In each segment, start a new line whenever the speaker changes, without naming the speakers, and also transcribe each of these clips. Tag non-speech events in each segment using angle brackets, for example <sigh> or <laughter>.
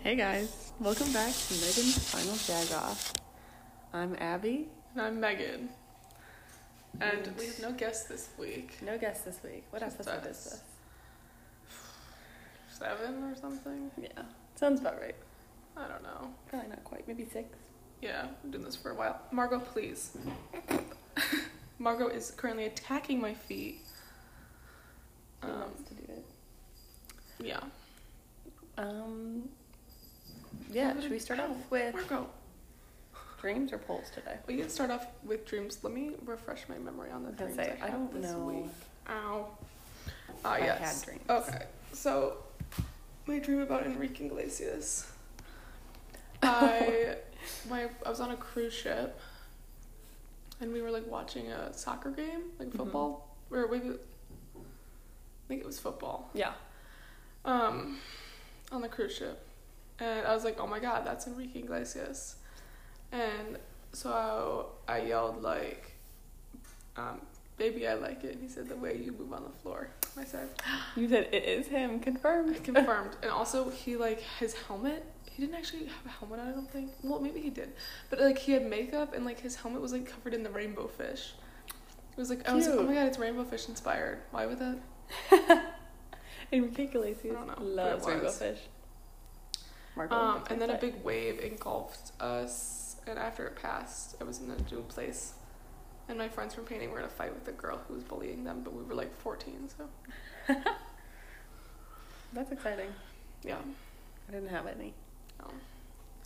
Hey guys, welcome back to Megan's Final Jag Off. I'm Abby.
And I'm Megan. And we have no guests this week.
No guests this week. What
Just
episode
us.
is
Seven or something?
this? Yeah, sounds about right.
I don't know.
Probably not quite, maybe six.
Yeah, I'm doing this for a while. Margot, please. <laughs> Margot is currently attacking my feet.
Who
Um,
wants to do it?
yeah.
Um, yeah, should we start off with
Margot,
dreams or polls today?
we can start off with dreams. Let me refresh my memory on the
I was
dreams
gonna say,
I,
I
had
don't
this
know
week. Ow. Ah,
I
yes.
had dreams.
Okay, so my dream about Enrique Iglesias. I, my, I was on a cruise ship, and we were like watching a soccer game, like
Mhm.
football, or maybe, I think it was football.
Yeah.
Um, on the cruise ship, and I was like, "Oh my God, that's Enrique Iglesias," and so I, I yelled like, um, "Baby, I like it." And he said, "The way you move on the floor." And I said,
You said it is him, confirmed. <laughs>
Confirmed. and also, he like his helmet. He didn't actually have a helmet on. I don't think. Well, maybe he did, but like he had makeup and like his helmet was like covered in the rainbow fish. It was like I was like, oh
Cute.
my god, it's rainbow fish inspired. Why would that?
Enrique
I
Iglesias
don't know, but
loves
it
rainbow
was.
fish. Margot
Um,
would
and then a
say.
big wave engulfed us, and after it passed, I was in a new place, and my friends from painting were in a fight with a girl who was bullying them, but we were like 14, so
That's exciting.
yeah.
I didn't have any.
Um,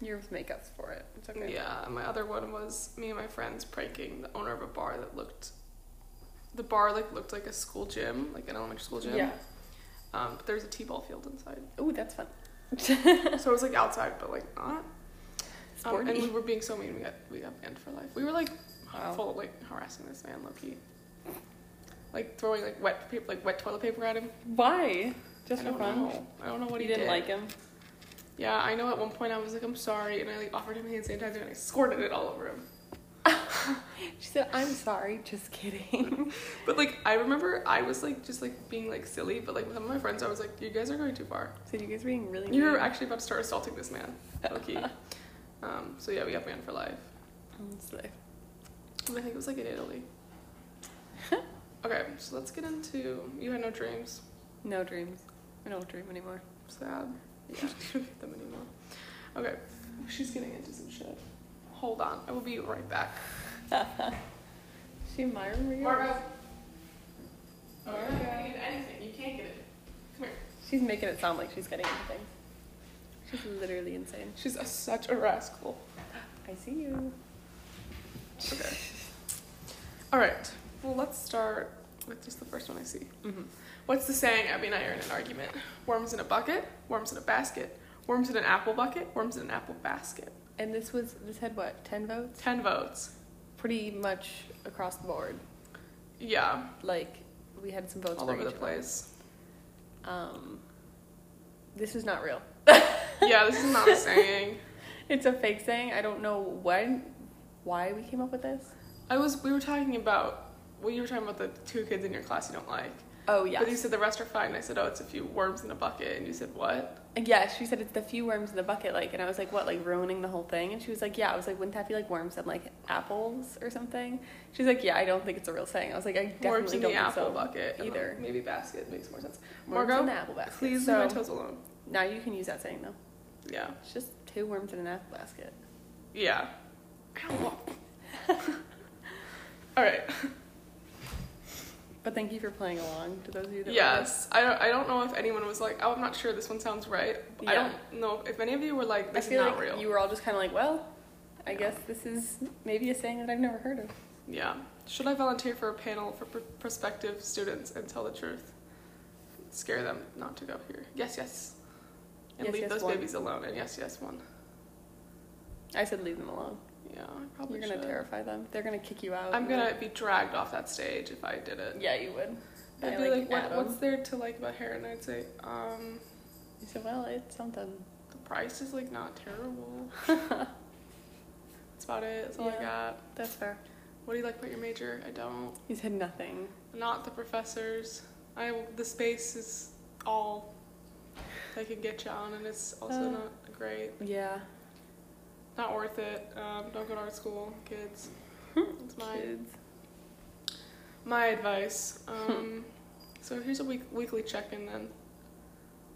Yours makeup's for it. It's okay.
Yeah, and my other one was me and my friends pranking the owner of a bar that looked, the bar like looked like a school gym, like an elementary school gym.
Yeah.
Um, but there was a t-ball field inside,
Ooh, that's fun.
so it was like outside, but like not. Um,
Sporty.
and we were being so mean, we got we got banned for life. We were like
Wow.
full of like harassing this man, low key. Like throwing like wet paper, like wet toilet paper at him.
Why? Just
I
for
don't
fun.
know. I don't know what
You
he
didn't
did.
like him.
Yeah, I know. At one point, I was like, "I'm sorry," and I like offered him hand sanitizer, and I squirted it all over him.
She said, "I'm sorry, just kidding." <laughs>
But like I remember I was like just like being like silly, but like with some of my friends I was like, You guys are going too far.
so you guys were being really.
You're
mean.
actually about to start assaulting this man.
<laughs>
Okay. um so yeah, we got banned for life.
It's like-
And I think it was like in
<laughs>
Italy. okay, so let's get into you had no dreams.
No dreams. I don't dream anymore.
Sad.
Yeah.
you don't get them anymore. Okay. She's getting into some shit. Hold on, I will be right back.
she admired me.
Oh, yeah, if you need anything, you can't get it. Come here.
She's making it sound like she's getting everything. She's literally insane.
She's a, such a rascal.
I see you.
Okay. All right. Well, let's start with just the first one I see.
Mm-hmm.
What's the saying? Abby and I are in an argument. Worms in a bucket, worms in a basket, worms in an apple bucket, worms in an apple basket.
And this was this had what ten votes?
Ten votes.
Pretty much across the board.
Yeah,
Like we had some votes
all
for
over the
each one.
place.
Um, this is not real.
<laughs> yeah, this
<laughs>
is not a saying.
It's a fake saying. I don't know when, why we came up with this.
I was. We were talking about. Well, you were talking about the two kids in your class you don't like.
Oh
But you
yeah,
said the rest are fine. And I said, oh, it's a few worms in a bucket. And you said, what?
yeah. She said it's the few worms in the bucket, like, and I was like, what, like ruining the whole thing? And she was like, yeah. I was like, wouldn't that be like worms and like apples or something? She's like, yeah. I don't think it's a real saying. I was like, I definitely
worms in
don't
the
think
apple
so.
bucket. And
either.
then Maybe basket makes more sense.
Worms
Margot,
in the apple basket.
Please
so,
leave my toes alone.
Now you can use that saying though.
Yeah.
It's just two worms in an apple basket.
Yeah. <laughs> All right.
But thank you for playing along to those of you that. were
Yes. I don't, I don't know if anyone was like, oh, I'm not sure this one sounds right. I
Yeah.
don't know if any of you were like,
I
this is
feel
not
like
real.
you were all just kind of like, well, I
Yeah.
guess this is maybe a saying that I've never heard of.
yeah. Should I volunteer for a panel for pr- prospective students and tell the truth? Scare them not to go here. Yes, yes. And
Yes,
leave
yes,
those
one.
babies alone. And yes, yes, one.
I said leave them alone.
Yeah, I probably
You're gonna
should.
terrify them. They're gonna kick you out.
I'm
You're
gonna be dragged off that stage if I did
like-
it.
Yeah, you would.
They'd
I,
be like, what,
Adam.
what's there to like about hair? And I'd say, um,
You said, well, it's something.
The price is like not terrible. That's about it. That's all I
Yeah.
got.
That's fair.
What do you like about your major? I don't.
You said nothing.
Not the professors. I the space is all they can get you on, and it's also
Uh.
not great.
Yeah.
Not worth it. Um, don't go to art school,
<laughs>
kids. It's my
Kids. <laughs>
my advice. Um, so here's a week, weekly check in then.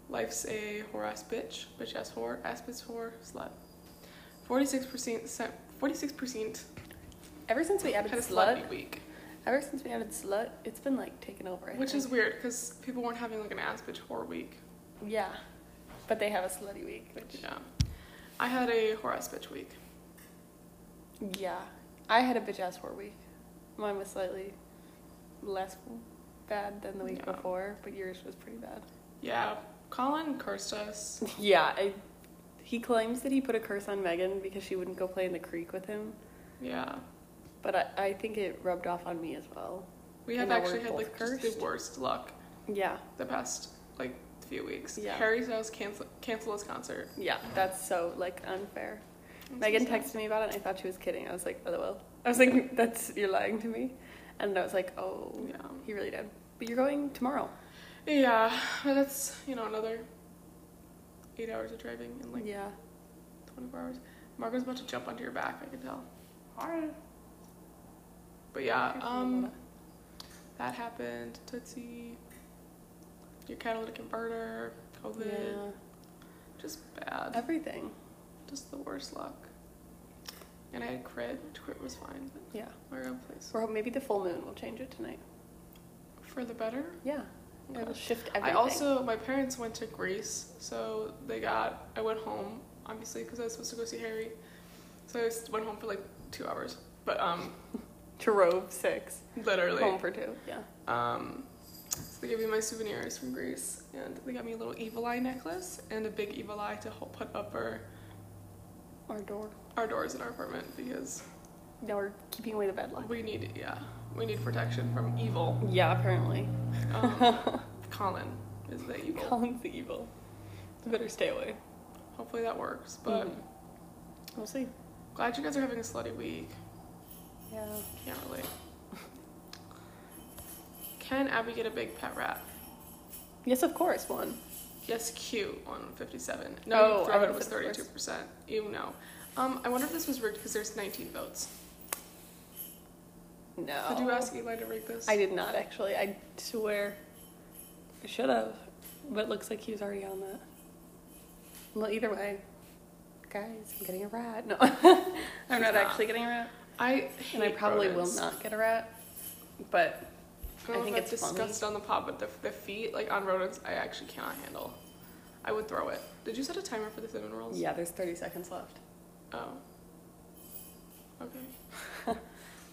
Life's a whore ass bitch, bitch ass whore, ass bitch whore, slut. 46%, se- 46%
Ever since we
had a
added
slutty
slut,
week.
ever since we added slut, it's been like taken over. I
Which is
think.
weird because people weren't having like an ass bitch whore week.
yeah, but they have a slutty week, which
Yeah. I had a whore ass bitch week.
yeah, I had a bitch ass whore week. Mine was slightly less bad than the week
Yeah.
before, but yours was pretty bad.
Yeah. Colin cursed us.
<laughs> Yeah, I, he claims that he put a curse on Megan because she wouldn't go play in the creek with him,
Yeah.
but I, I think it rubbed off on me as well.
We
And
have
now
actually
we're
had
both
like just the
cursed.
worst luck
Yeah,
the past like few weeks.
Yeah.
Harry's house cancel cancel his concert.
yeah, that's so like unfair.
I'm so
Megan
sad.
texted me about it and I thought she was kidding. I was like, LOL. I was like, that's you're lying to me. And I was like, oh,
Yeah.
he really did. But you're going tomorrow.
Yeah, but that's, you know, another eight hours of driving and like
yeah.
24 hours. Margo's about to jump onto your back, I can tell. But yeah,
Careful,
um,
Lola.
that happened. Tootsie, your catalytic converter, COVID,
Yeah.
just bad.
Everything.
just the worst luck. And I had crit, which crit was fine, but
Yeah.
Margo, please.
Or maybe the full moon will change it tonight.
For the better?
Yeah.
Okay.
It'll shift everything.
I also, my parents went to Greece, so they got, I went home, obviously, because I was supposed to go see Harry. So I just went home for like two hours, but um,
to Rove six. Home
literally.
for two. Yeah.
Um, so they gave me my souvenirs from Greece, and they got me a little evil eye necklace and a big evil eye to help put up our,
Our door.
our doors in our apartment because
Now we're keeping away the bad luck.
we need, yeah, we need protection from evil.
Yeah, apparently. <laughs>
Um, Colin is the evil.
Colin's the evil. You better stay away.
Hopefully that works, but
Mhm. We'll see.
glad you guys are having a slutty week.
Yeah.
Can't relate. Can Abby get a big pet rat?
Yes, of course, one.
Yes, cute on 57. No,
Oh,
throw
I
it was
would've said
32%. You know. Um, I wonder if this was rigged because there's 19 votes.
No.
Did you ask Eli to rig this?
Oh. I did not actually. I swear. I should have. But it looks like he was already on that. Well, either way, guys, I'm getting a rat. No, <laughs> I'm not
not.
actually getting a rat.
I
And I
hate
probably
rodents.
will not get a rat. But
I, don't
I think
know if I've
it's funny.
discussed on the pod, but the, the feet, like on rodents, I actually cannot handle. I would throw it. Did you set a timer for the cinnamon rolls?
yeah, there's 30 seconds left.
Oh. Okay.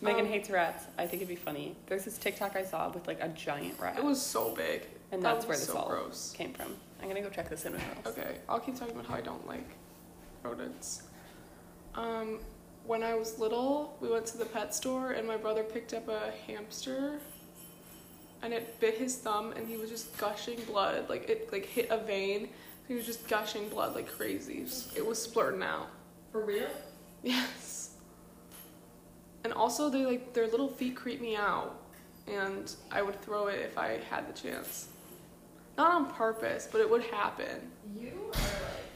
Megan
Um,
hates rats. I think it'd be funny. There's this TikTok I saw with like a giant rat.
It was so big.
and
That
that's where
was
this
so
all
gross.
came from. I'm gonna go check this in with girls.
Okay, I'll keep talking about how I don't like rodents. Um, when I was little, we went to the pet store and my brother picked up a hamster and it bit his thumb and he was just gushing blood. Like it like hit a vein. He was just gushing blood like crazy. Just- It was splurting out. <laughs>
For real?
Yes. And also they like their little feet creep me out and I would throw it if I had the chance. Not on purpose, but it would happen.
You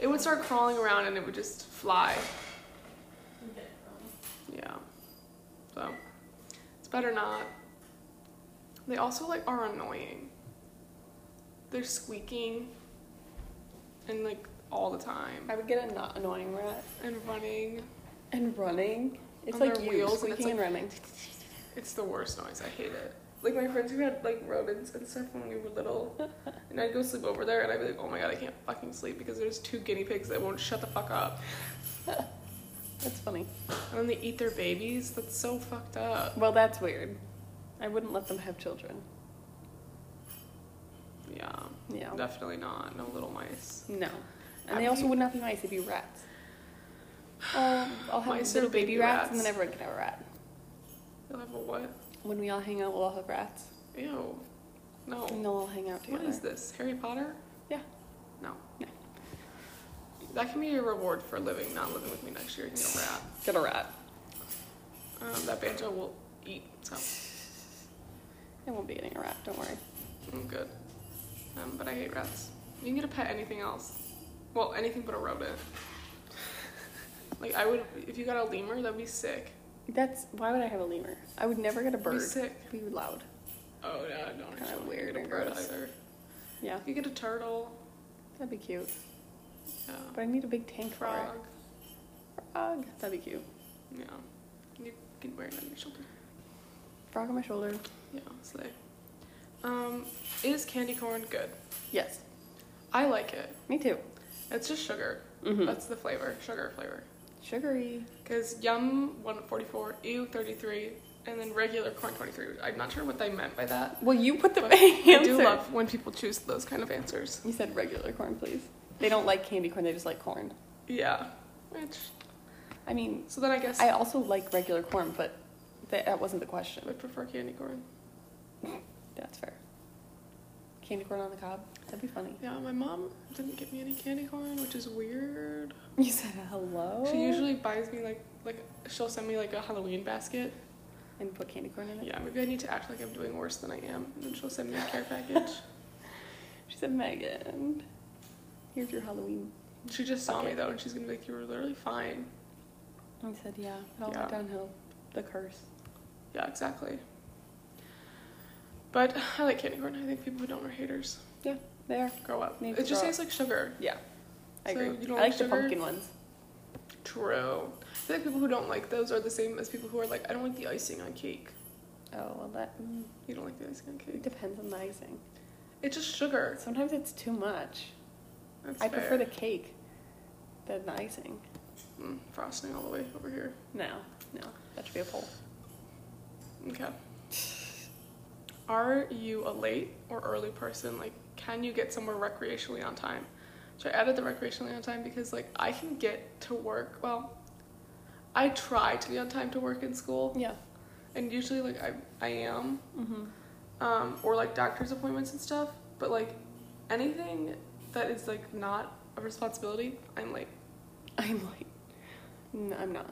It would start crawling around and it would just fly. Yeah. So it's better not. They also like are annoying. They're squeaking and like all the time
I would get a not annoying rat.
and running.
And running. It's
On
like
their
you
wheels, and it's
squeaking and, running.
It's the worst noise. I hate it. Like my friends who had like rodents and stuff when we were little, and I'd go sleep over there, and I'd be like, "Oh my god, I can't fucking sleep because there's two guinea pigs that won't shut the fuck up,
That's funny.
and then they eat their babies. That's so fucked up."
Well, that's weird. I wouldn't let them have children.
Yeah.
Yeah.
Definitely not. No little mice.
No.
I
And they also would not be mice. They'd be rats. Oh, I'll have
Mice are
little baby
baby
rats,
rats.
and then everyone can have a rat.
You'll have a what?
When we all hang out, we'll all have rats.
Ew.
And
No.
they'll all hang out together.
What is this? Harry Potter?
Yeah.
No.
No.
That can be your reward for living, not living with me next year. You know, rat.
Get a rat.
Um, that banjo will eat, so
I won't be getting a rat, don't worry.
I'm good. Um, but I hate rats. You can get a pet anything else. Well, anything but
<laughs>
a rodent. like I would, if you got a lemur, that'd be sick.
That's why would I have a lemur? I would never get a
That'd
bird.
be sick.
Be loud.
Oh yeah, I don't
Kinda
actually wanna
weird
get a
and
bird
gross.
either.
Yeah,
You could get a turtle.
that'd be cute.
Yeah.
But I need a big tank
frog.
for it. Frog. That'd be cute.
Yeah. You can wear it on your shoulder.
Frog on my shoulder.
Yeah, slay. Um, is candy corn good?
Yes.
I like it.
Me too.
It's just sugar.
Mm-hmm.
That's the flavor, sugar flavor.
sugary.
Because Yum 144, EU 33, and then regular corn 23. I'm not sure what they meant by that.
Well, you put <laughs> the
But
answer.
I do love when people choose those kind of answers.
You said regular corn, please. They don't like candy corn. They just like corn.
Yeah. Which,
I mean,
so then I guess
I
I,
also like regular corn, but that, that wasn't the question.
prefer candy corn.
That's fair. Candy corn on the cob. That'd be funny. <laughs>
Yeah, my mom didn't get me any candy corn, which is weird.
You said hello.
She usually buys me like like she'll send me like a Halloween basket.
and put candy corn in it.
Yeah, maybe I need to act like I'm doing worse than I am. And then she'll send me a care
<laughs>
package.
She said, Megan, here's your Halloween.
she just saw me
Okay.
though, and she's gonna be like, "You were literally fine."
I said, yeah, it all
Yeah.
went downhill. The curse.
Yeah, exactly. But I like candy corn. I think people who don't are haters.
There.
Grow up.
Need
it
to
just
grow
tastes like sugar.
Yeah. I
So,
agree.
you don't
I
like
like the
sugar?
pumpkin ones.
True. I feel like people who don't like those are the same as people who are like, I don't like the icing on cake.
Oh, well, that mm,
You don't like the icing on
it
cake.
depends on the icing.
It's just sugar.
Sometimes it's too much.
That's
I prefer the
fair.
cake than the icing.
Mm, frosting all the way over here.
No, no. That should be a poll.
Okay. Are you a late or early person? Like, can you get somewhere recreationally on time? So I added the recreationally on time because, like, I can get to work. Well, I try to be on time to work in school,
Yeah.
and usually, like, I, I am.
Mm-hmm.
Um, or, like, doctor's appointments and stuff. But, like, anything that is, like, not a responsibility, I'm late.
I'm like, no, I'm not.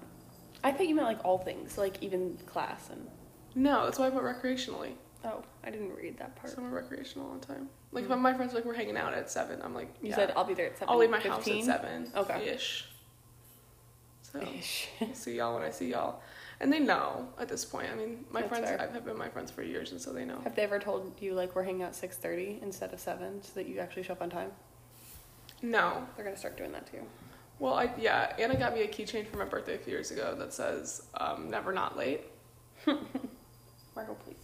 I thought you meant like all things, like even class and.
No, that's why I put recreationally.
Oh, I didn't read that part.
So I'm recreational on time. Like,
Mm.
if my friends, like, we're hanging out at 7, I'm like,
you
yeah.
said I'll be there at seven.
I'll leave my house at seven.
Okay.
Ish. So
Ish.
I'll see y'all when I see y'all, and they know at this point. I mean, my
That's
friends
fair.
I've have been my friends for years, and so they know.
Have they ever told you like we're hanging out six thirty instead of seven so that you actually show up on time?
No.
They're gonna start doing that too.
Well, I yeah. Anna got me a keychain for my birthday a few years ago that says um, "Never not late."
Marco, please.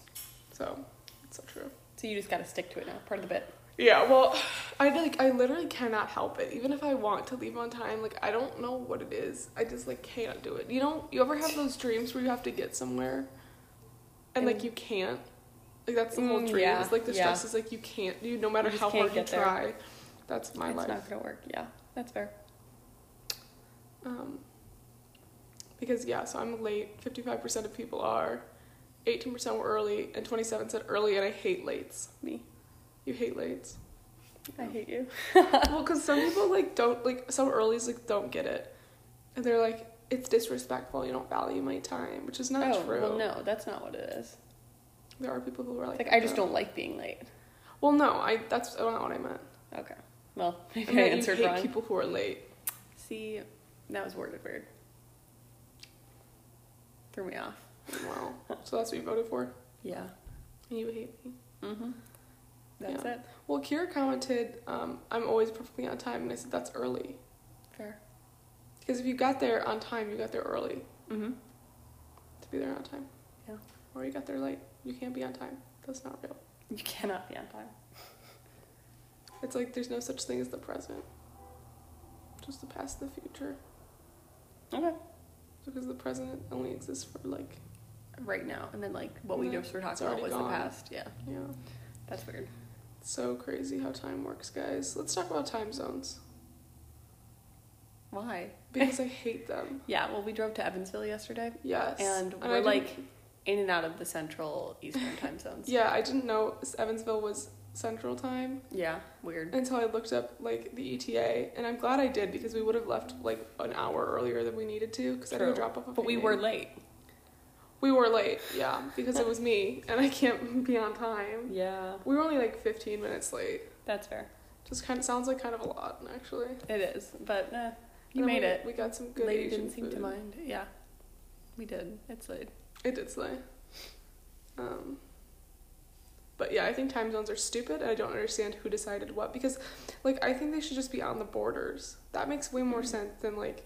So it's so true.
So you just gotta stick to it now. Part of the bit.
Yeah. Well, <sighs> I like I literally cannot help it. Even if I want to leave on time, like I don't know what it is. I just like can't do it. You know, you ever have those dreams where you have to get somewhere, and like
Mm.
you can't. Like that's the whole
Mm,
dream.
yeah,
It's like the
yeah.
stress is like you can't. You no matter
You just
how
can't
hard you
get there.
try, that's my
it's
life.
not gonna work. Yeah, that's fair.
Um, because yeah, so I'm late. Fifty-five percent of people are, eighteen percent were early, and twenty-seven said early. And I hate lates.
Me,
You hate lates.
I hate you.
well, because some people like don't like some earlys like don't get it, and they're like it's disrespectful. You don't value my time, which is not
oh
true.
well, no, that's not what it is.
There are people who are like
Like I just
that.
don't like being late.
Well, no, I that's not what
<laughs>
I meant.
Okay. Well, <laughs>
I
maybe I
meant
answered
you hate
wrong.
people who are late.
See, that was worded weird. Threw me off.
Wow. so that's what you voted for.
Yeah.
And you hate me.
Mhm. That's
Yeah.
it.
Well, Kira commented, um, "I'm always perfectly on time," and I said that's early
Fair.
because if you got there on time, you got there early
Mhm.
to be there on time.
Yeah.
Or you got there late. You can't be on time. That's not real.
You cannot be on time.
It's like there's no such thing as the present. Just the past and the future.
Okay.
Because the present only exists for like
Right now, and then like what we
No,
just were
Mm-hmm. it's
talking about
already
was the
gone.
past. Yeah.
yeah.
That's weird.
It's so crazy how time works, guys. Let's talk about time zones.
Why?
Because I hate them.
Yeah. Well, we drove to Evansville yesterday,
Yes.
and
I
we're
didn't-
like in and out of the central eastern
<laughs>
time zones.
Yeah, I didn't know Evansville was central time
Yeah. Weird.
until I looked up like the ETA and I'm glad I did because we would have left like an hour earlier than we needed to because I had to
True.
drop off a
But we
painting.
were late.
we were late, yeah, because it was me and I can't <laughs> be on time.
Yeah.
We were only like 15 minutes late.
That's fair.
Just kind of sounds like kind of a lot, actually.
It is, but eh, you
But
made
we,
it.
We got some good
Lady
Asian
didn't seem
food.
to mind. Yeah, we did. It's late.
It did slay. Um, but yeah, I think time zones are stupid. and I don't understand who decided what because, like, I think they should just be on the borders. That makes way
Mm-hmm.
more sense than like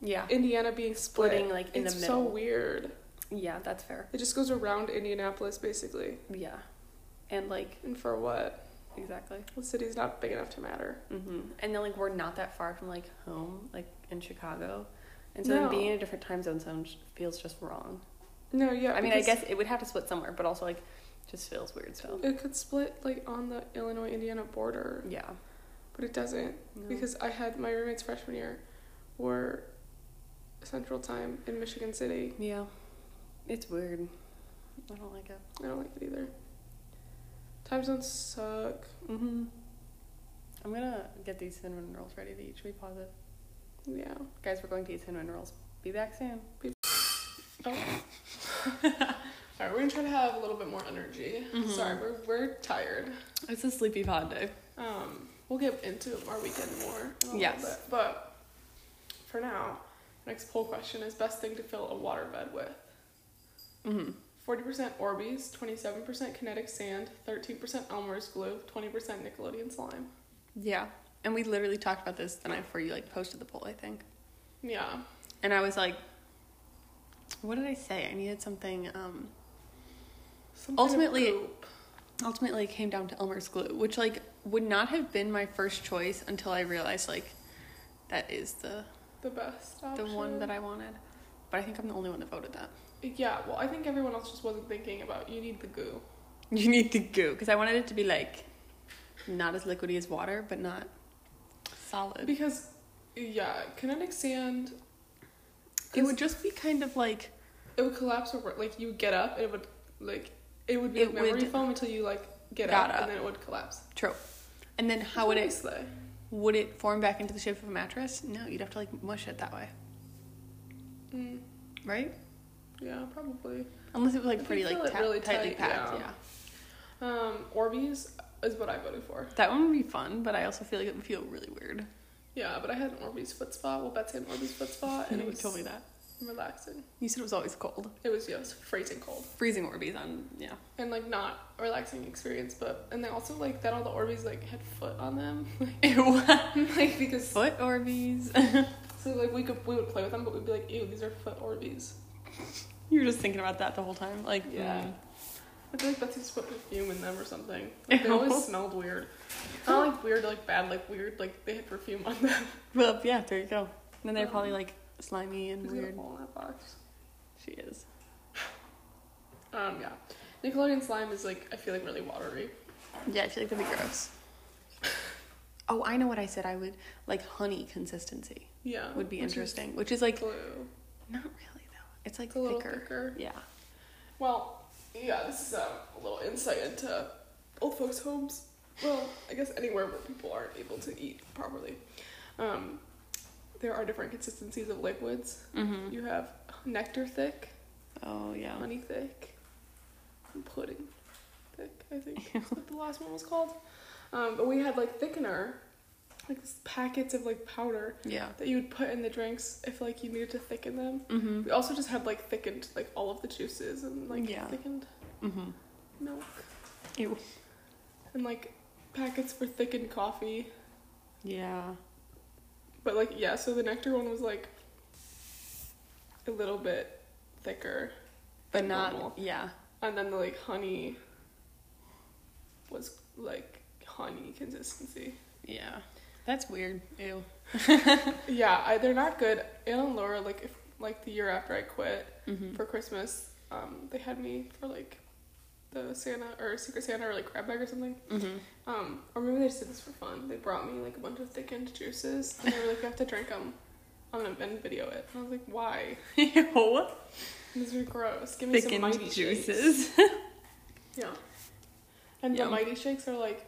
Yeah,
Indiana being split.
Splitting, like, in the
it's so
middle.
weird.
yeah, that's fair.
It just goes around Indianapolis basically.
Yeah, and like
And for what?
exactly.
The city's not big enough to matter.
hmm And then like we're not that far from like home, like in Chicago, and so
No.
then being in a different time zone sounds feels just wrong.
No, yeah.
I mean, I
because
guess it would have to split somewhere, but also like just feels weird still.
it could split like on the Illinois Indiana border,
Yeah,
but it doesn't.
No.
because I had my roommates freshman year were Central Time in Michigan City.
yeah, it's weird. I don't like it.
I don't like it either. Time zones suck.
hmm I'm gonna get these cinnamon rolls ready to eat. Should we pause it?
Yeah.
Guys, we're going to eat cinnamon rolls. Be back soon.
Oh. Alright, we're gonna try to have a little bit more energy.
Mhm.
Sorry, we're, we're tired.
It's a sleepy pod day.
Um, we'll get into our weekend more. in a little
Yes.
bit, But for now, next poll question is best thing to fill a waterbed with.
hmm
40% Orbeez, 27% Kinetic Sand, 13% Elmer's Glue, 20% Nickelodeon Slime.
Yeah. And we literally talked about this the night before you like posted the poll, I think.
Yeah.
And I was like, what did I say? I needed something. Um,
Some kind of
Ultimately-
poop.
ultimately, it came down to Elmer's glue, which like would not have been my first choice until I realized like that is the
the best
the
option.
one that I wanted. But I think I'm the only one that voted that. <laughs>
Yeah, well, I think everyone else just wasn't thinking about you need the goo.
You need the goo because I wanted it to be like not as liquidy as water, but not solid.
Because, yeah, kinetic sand,
It would just be kind of like
it would collapse over, like, you would get up and it would, like, it would be
It
like memory
would-
foam until you, like, get
Got
up,
up.
and then it would collapse.
trope. And then how would it
It's nice,
Would it form back into the shape of a mattress? No, you'd have to like mush it that way,
though. Mm,
right?
yeah, probably.
Unless it was
If
like
you
pretty
fill
like
it
ta-
really
tightly
tight,
packed.
yeah.
Yeah.
Um, Orbeez is what I voted for.
that one would be fun, but I also feel like it would feel really weird.
Yeah, but I had an Orbeez foot spa. Well, Betsy had an Orbeez foot spa, and
And <laughs>
it
you
was
told me that
relaxing.
you said it was always cold,
It was, yeah, it was freezing cold.
freezing Orbeez on. Yeah, <laughs>
and like not a relaxing experience but and they also like then all the Orbeez like had foot on them <laughs>
ew.
like because
Foot Orbeez. <laughs>
so like we could we would play with them but we'd be like ew these are foot Orbeez
you were just thinking about that the whole time, like
Yeah.
mm.
I feel like Betsy's put perfume in them or something like, they
Ew.
always smelled weird
<laughs>
not like weird like bad like weird like they had perfume on them <laughs>
Well, yeah, there you go. And then they're
Um,
probably like slimy and
Who's gonna
weird.
fall in that box
She is.
um yeah Nickelodeon slime is like I feel like really watery
Yeah, I feel like that'd be gross. <laughs> Oh, I know what I said. I would like honey consistency
yeah
would be
which is
interesting, which is like
blue
Not really though. It's like
it's a little
thicker.
thicker
Yeah.
Well, yeah, this is um, a little insight into old folks' homes. Well, I guess anywhere where people aren't able to eat properly. Um, there are different consistencies of liquids.
Mm-hmm.
You have nectar thick,
Oh yeah.
honey thick, and pudding thick, I think
<laughs>
that's what the last one was called. Um, but we had like thickener, like these packets of like powder
Yeah.
that you would put in the drinks if like you needed to thicken them.
Mm-hmm.
We also just had like thickened like all of the juices and like
Yeah.
thickened
Mm-hmm.
milk
Ew.
and like packets for thickened coffee.
Yeah.
But like yeah, so the nectar one was like a little bit thicker,
But not.
Normal.
Yeah.
and then the like honey was like honey consistency.
Yeah. That's weird. Ew.
Yeah, I, they're not good. Anna and Laura like if, like the year after I quit
Mm-hmm.
for Christmas, um, they had me for like the Santa or Secret Santa or like grab bag or something.
Mm-hmm.
Um, or maybe they just did this for fun. They brought me like a bunch of thickened juices, and they were like, "You have to drink them." I'm gonna and video it. And I was like, "Why?
<laughs> Ew.
These are gross. Give me some mighty
Thickened
Shakes.
juices.
Yeah. And the
Yum.
mighty shakes are like,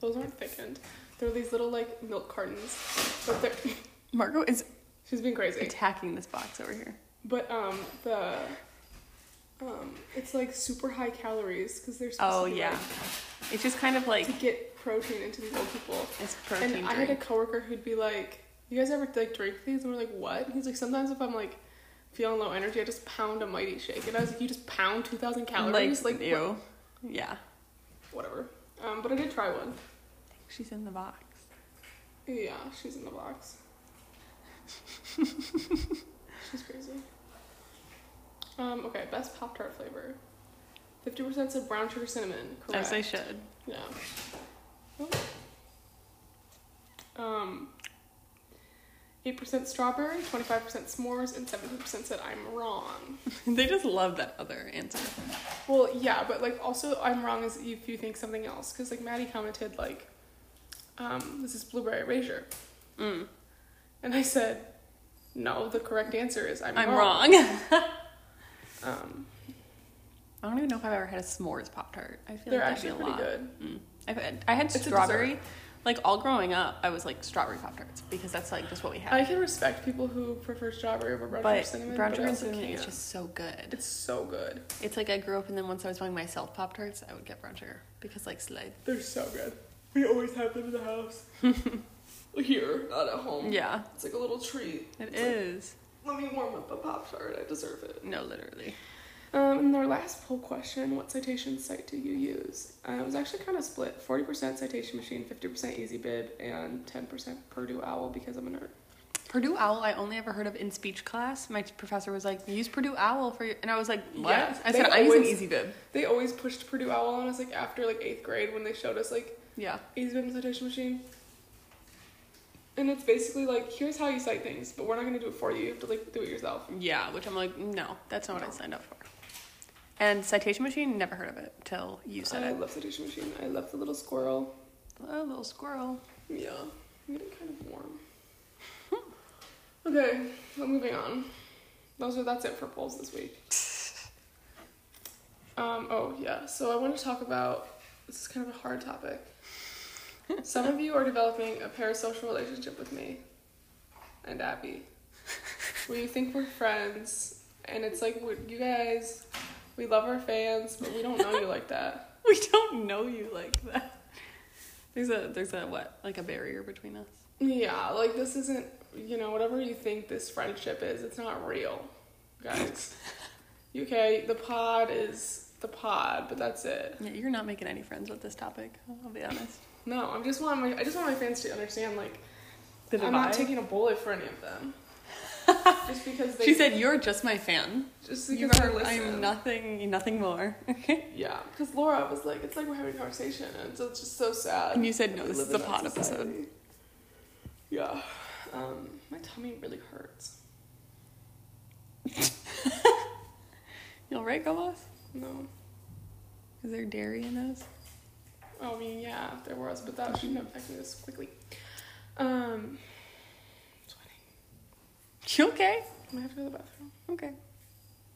those aren't thickened. They're these little like milk cartons, but they're
<laughs>
<laughs>
Marco is
she's being crazy.
attacking this box over here.
But um the um it's like super high calories because they're supposed
Oh
to be,
yeah.
like,
It's just kind of like
to get protein into these old people.
It's protein
and
drink.
I had a coworker who'd be like, "You guys ever like drink these?" And we're like, "What?" And he's like, "Sometimes if I'm like feeling low energy, I just pound a mighty shake." And I was like, "You just pound two thousand calories?" Like, wha-
you. Yeah.
whatever. Um, but I did try one.
She's in the box.
Yeah, she's in
<laughs>
the box. she's crazy. Um, okay, best Pop Tart flavor. 50% said brown sugar cinnamon. Correct.
As I should. <laughs>
Yeah. Um, 8% strawberry, 25% s'mores, and 17% said I'm wrong.
they just love that other answer.
Well, yeah, but like also I'm wrong is if you think something else. Because like Maddie commented, like, um, this is blueberry erasure.
Mm.
And I said, no, the correct answer is I'm,
I'm
wrong.
wrong. <laughs>
Um,
I don't even know if I've ever had a s'mores pop tart. I feel
they're
like that'd be
actually
a
pretty
lot.
good.
Mm. I've had, I had
It's a
strawberry. Like all growing up, I was like strawberry pop tarts because that's like just what we had.
I can respect people who prefer strawberry over brown sugar
but
cinnamon.
brown
but I
sugar and
also
cinnamon is
can't.
just so good.
It's so good.
It's like I grew up and then once I was buying myself pop tarts, I would get brown sugar because like slide.
They're so good. We always have them in the house. <laughs> Here, not at home.
Yeah,
It's like a little treat.
it
It's like,
is.
Let me warm up a Pop Tart. I deserve it.
No, literally.
Um, and their last poll question what citation site do you use? Uh, it was actually kind of split 40% Citation Machine, 50% Easy Bib, and 10% Purdue Owl because I'm a nerd.
Purdue Owl, I only ever heard of in speech class. My professor was like, "Use Purdue Owl for," your... and I was like, "What?"
Yeah,
I
they
said, "I use an
always-
Easy Bib."
They always pushed Purdue Owl on us like after like eighth grade when they showed us like
Yeah,
Easy Bib and Citation Machine. And it's basically like here's how you cite things, but we're not gonna do it for you. You have to like do it yourself.
yeah. Which I'm like, no, that's not
No.
what I signed up for. And citation machine, never heard of it till you said
I
it.
love Citation Machine. I love the little squirrel.
Oh, little squirrel.
Yeah. I'm getting kind of warm. Hmm. okay, well, moving on. Those are that's it for polls this week. Um, oh yeah. So I want to talk about this is kind of a hard topic. Some of you are developing a parasocial relationship with me and Abby, where you think we're friends, and it's like we you guys, we love our fans, but we don't know you like that.
<laughs> We don't know you like that. There's a there's a what like a barrier between us.
Yeah, like this isn't you know whatever you think this friendship is, it's not real,
<laughs>
guys. okay, the pod is the pod, but that's it.
Yeah, you're not making any friends with this topic. I'll be honest.
No, I'm just want my I just want my fans to understand like
The
I'm not
divide?
taking a bullet for any of them. just because
<laughs>
they
She said, "You're just my fan.
just
You
because they
are.
listen.
I'm nothing. Nothing more." <laughs>
Yeah, because Laura was like, it's like we're having a conversation, and so it's just so sad.
And you said,
that
no,
we
this is
live in
a
that
pod episode.
society. Yeah. Um, my tummy really hurts.
You'll right, Gomez.
No.
Is there dairy in those?
I mean, yeah, there was, but that shouldn't have affected us quickly. Um, sweating.
<laughs> You okay?
I might have to go to the bathroom.
Okay.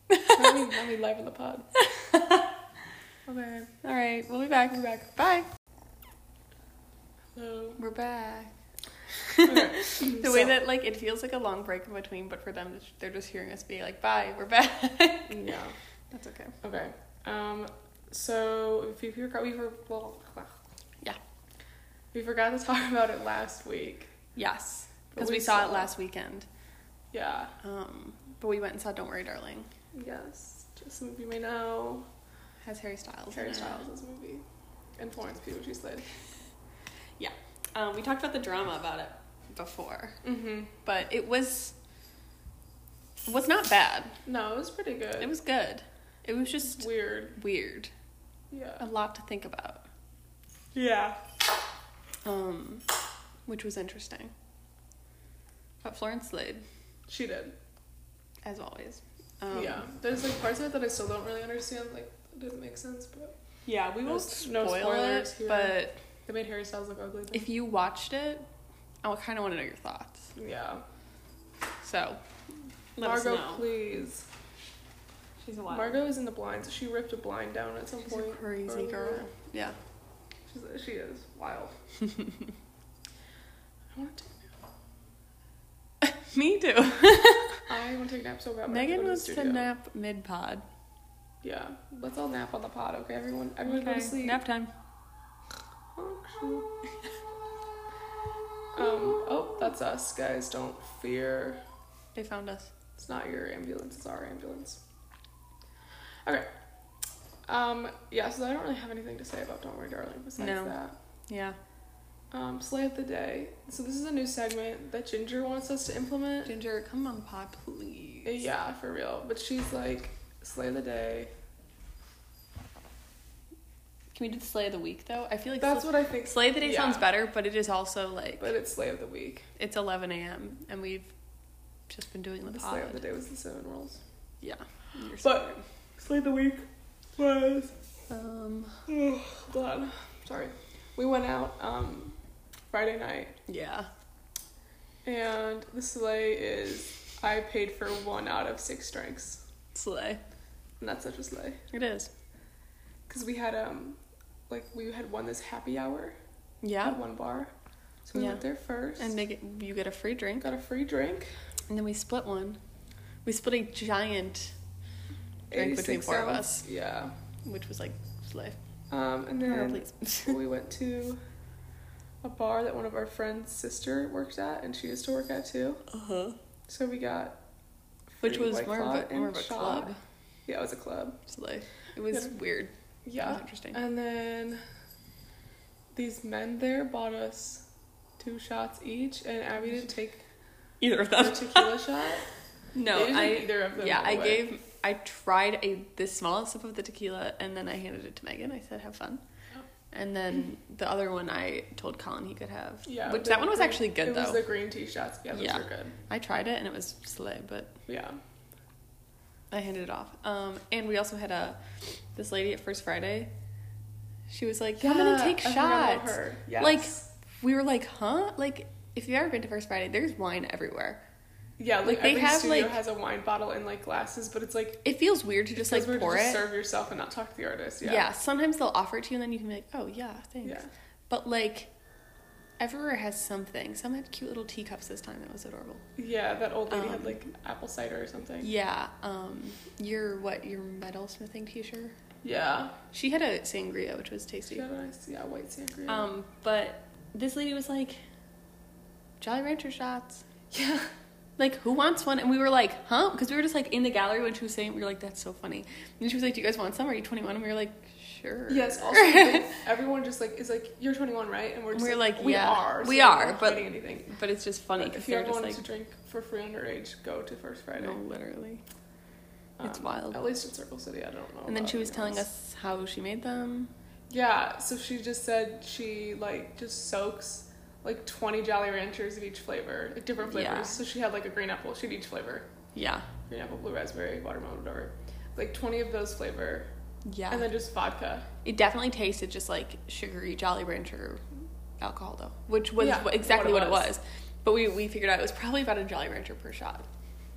let, me, let me liven the pod. Okay,
All right. We'll be back.
we're back.
Bye.
Hello.
We're back.
Okay.
<laughs> The way that like it feels like a long break in between, but for them, they're just hearing us be like, "Bye, we're back."
Yeah.
That's okay.
Okay. Um, so if you forgot, we were blah, blah, blah.
Yeah.
We forgot to talk <laughs> about it last week.
Yes,
but
because we, saw it last weekend.
Yeah.
Um, but we went and saw "Don't Worry, Darling."
Yes. Just some of you may know.
Has Harry Styles. in
Harry
it.
Styles' movie. And Florence Pugh, she slid.
Um, we talked about the drama about it before,
Mm-hmm.
but it was it was not bad.
No, it was pretty good.
It was good. It was just
weird.
weird. A
Yeah.
lot to think about.
Yeah.
um, which was interesting. But Florence Slade,
She did.
as always. Um,
yeah. There's like parts of it that I still don't really understand. Like, it doesn't make sense, but
yeah. We
No
will
s- no
spoil
spoilers
it,
here.
but
they made Harry Styles look ugly.
if you watched it, I kind of want to know your thoughts.
yeah.
So let
Margot,
us know.
please.
She's a
Margot is in the blinds. She ripped a blind down at some
She's a
point.
crazy
earlier.
girl.
<laughs>
Yeah.
She's, she is
<laughs>
wild. I want to take a nap.
Me too.
I want to take a nap so bad. but I have
Megan
to go to the
wants to
studio.
nap mid pod.
Yeah, let's all nap on the pod, okay? Everyone, everyone go to sleep.
Nap time.
Huh? <laughs> Um, oh, that's us, guys. Don't fear.
They found us.
It's not your ambulance, it's our ambulance. Okay. Um, yeah, so I don't really have anything to say about Don't Worry Darling besides
No.
that.
Yeah.
Um, Slay of the Day. So this is a new segment that Ginger wants us to implement. Uh,
Ginger, come on pod, please.
Yeah, for real. But she's like, Slay the Day.
Can we do the slay of the week though? I feel like
That's
slay,
what I think.
slay of the day
yeah.
sounds better, but it is also like
But it's Slay of the Week.
it's 11 a.m. and we've just been doing the,
The
pod.
Slay of the Day was the Cinnamon Rolls.
Yeah. You're
But- Slay the Week was.
sorry. um
Oh, God. Sorry. We went out um, Friday night
yeah.
And the sleigh is I paid for one out of six drinks.
Slay.
And that's such a sleigh.
It is.
Because we had um like we had won this happy hour
Yeah.
at one bar. So we
Yeah.
went there first.
And they get, you get a free drink
got a free drink.
and then we split one. We split a giant drink between
86
four of
ounce.
us,
Yeah.
which was like slay.
Um and
Girl,
then <laughs>
please.
we went to a bar that one of our friends' sister worked at and she used to work at too.
Uh huh.
So we got
Which
free
was
White
more of
Claw
a,
and
more of a
shot.
club.
Yeah, it was a club.
Slay. It was
Yeah.
weird. It
Yeah. Uh,
was interesting.
And then these men there bought us two shots each, and Abby didn't take
Either <laughs> of
a <laughs> tequila shot.
No,
They didn't take
I.
either of them.
Yeah, I
away.
gave. I tried a the smallest sip of the tequila, and then I handed it to Megan. I said, "Have fun."
Oh.
And then the other one, I told Colin he could have.
Yeah,
which
the
that one was
green-
actually good
It
though.
was the green tea shots. Yeah, those
Yeah.
were good.
I tried it and it was slay, but
Yeah.
I handed it off. Um, and we also had a this lady at First Friday. She was like, "Come in and take
I forgot about
shots."
her. Yes.
We were like, "Huh?" Like, if you've ever been to First Friday, there's wine everywhere.
yeah, like,
like, they
every
have,
studio
like-
has a wine bottle and like glasses, but it's like
It feels weird to
it's
just like
weird to
pour
just
it.
serve yourself and not talk to the artist.
yeah.
Yeah.
sometimes they'll offer it to you, and then you can be like, "Oh yeah, thanks."
Yeah.
But like, everywhere has something. Some had cute little teacups this time. That was adorable.
Yeah, that old lady
Um,
had like apple cider or something.
Yeah. Um, your what? Your metalsmithing teacher.
Yeah.
She had a sangria, which was
She
tasty.
had a nice, yeah, white sangria.
Um, <laughs> but this lady was like, Jolly Rancher shots.
yeah.
Like, who wants one? And we were like, huh? Because we were just like in the gallery when she was saying, we were like, that's so funny. And she was like, do you guys want some? Are you 21? And we were like, sure.
Yes.
<laughs>
Also, like, everyone just like is like, "You're 21, right?" And we're
And
just
we're
like,
like,
"We
yeah,
are.
we
we're
are,
not
but-
hiding anything."
but it's just funny
But
because
if you
they're
ever
just
wanted
like,
to drink for free underage, go to First Friday.
no, literally. it's
Um,
wild.
At least in Circle City, I don't know.
And then
about
she was
anyone
telling
else.
us how she made them.
Yeah. So she just said she like just soaks like 20 Jolly Ranchers of each flavor, like different flavors.
Yeah.
So she had like a green apple. She had each flavor:
Yeah.
green apple, blue raspberry, watermelon, whatever. Like 20 of those flavor,
Yeah.
and then just vodka.
it definitely tasted just like sugary Jolly Rancher alcohol, though, which was
Yeah,
wha- exactly
what
what
it
it, was. But we, we figured out it was probably about a Jolly Rancher per shot,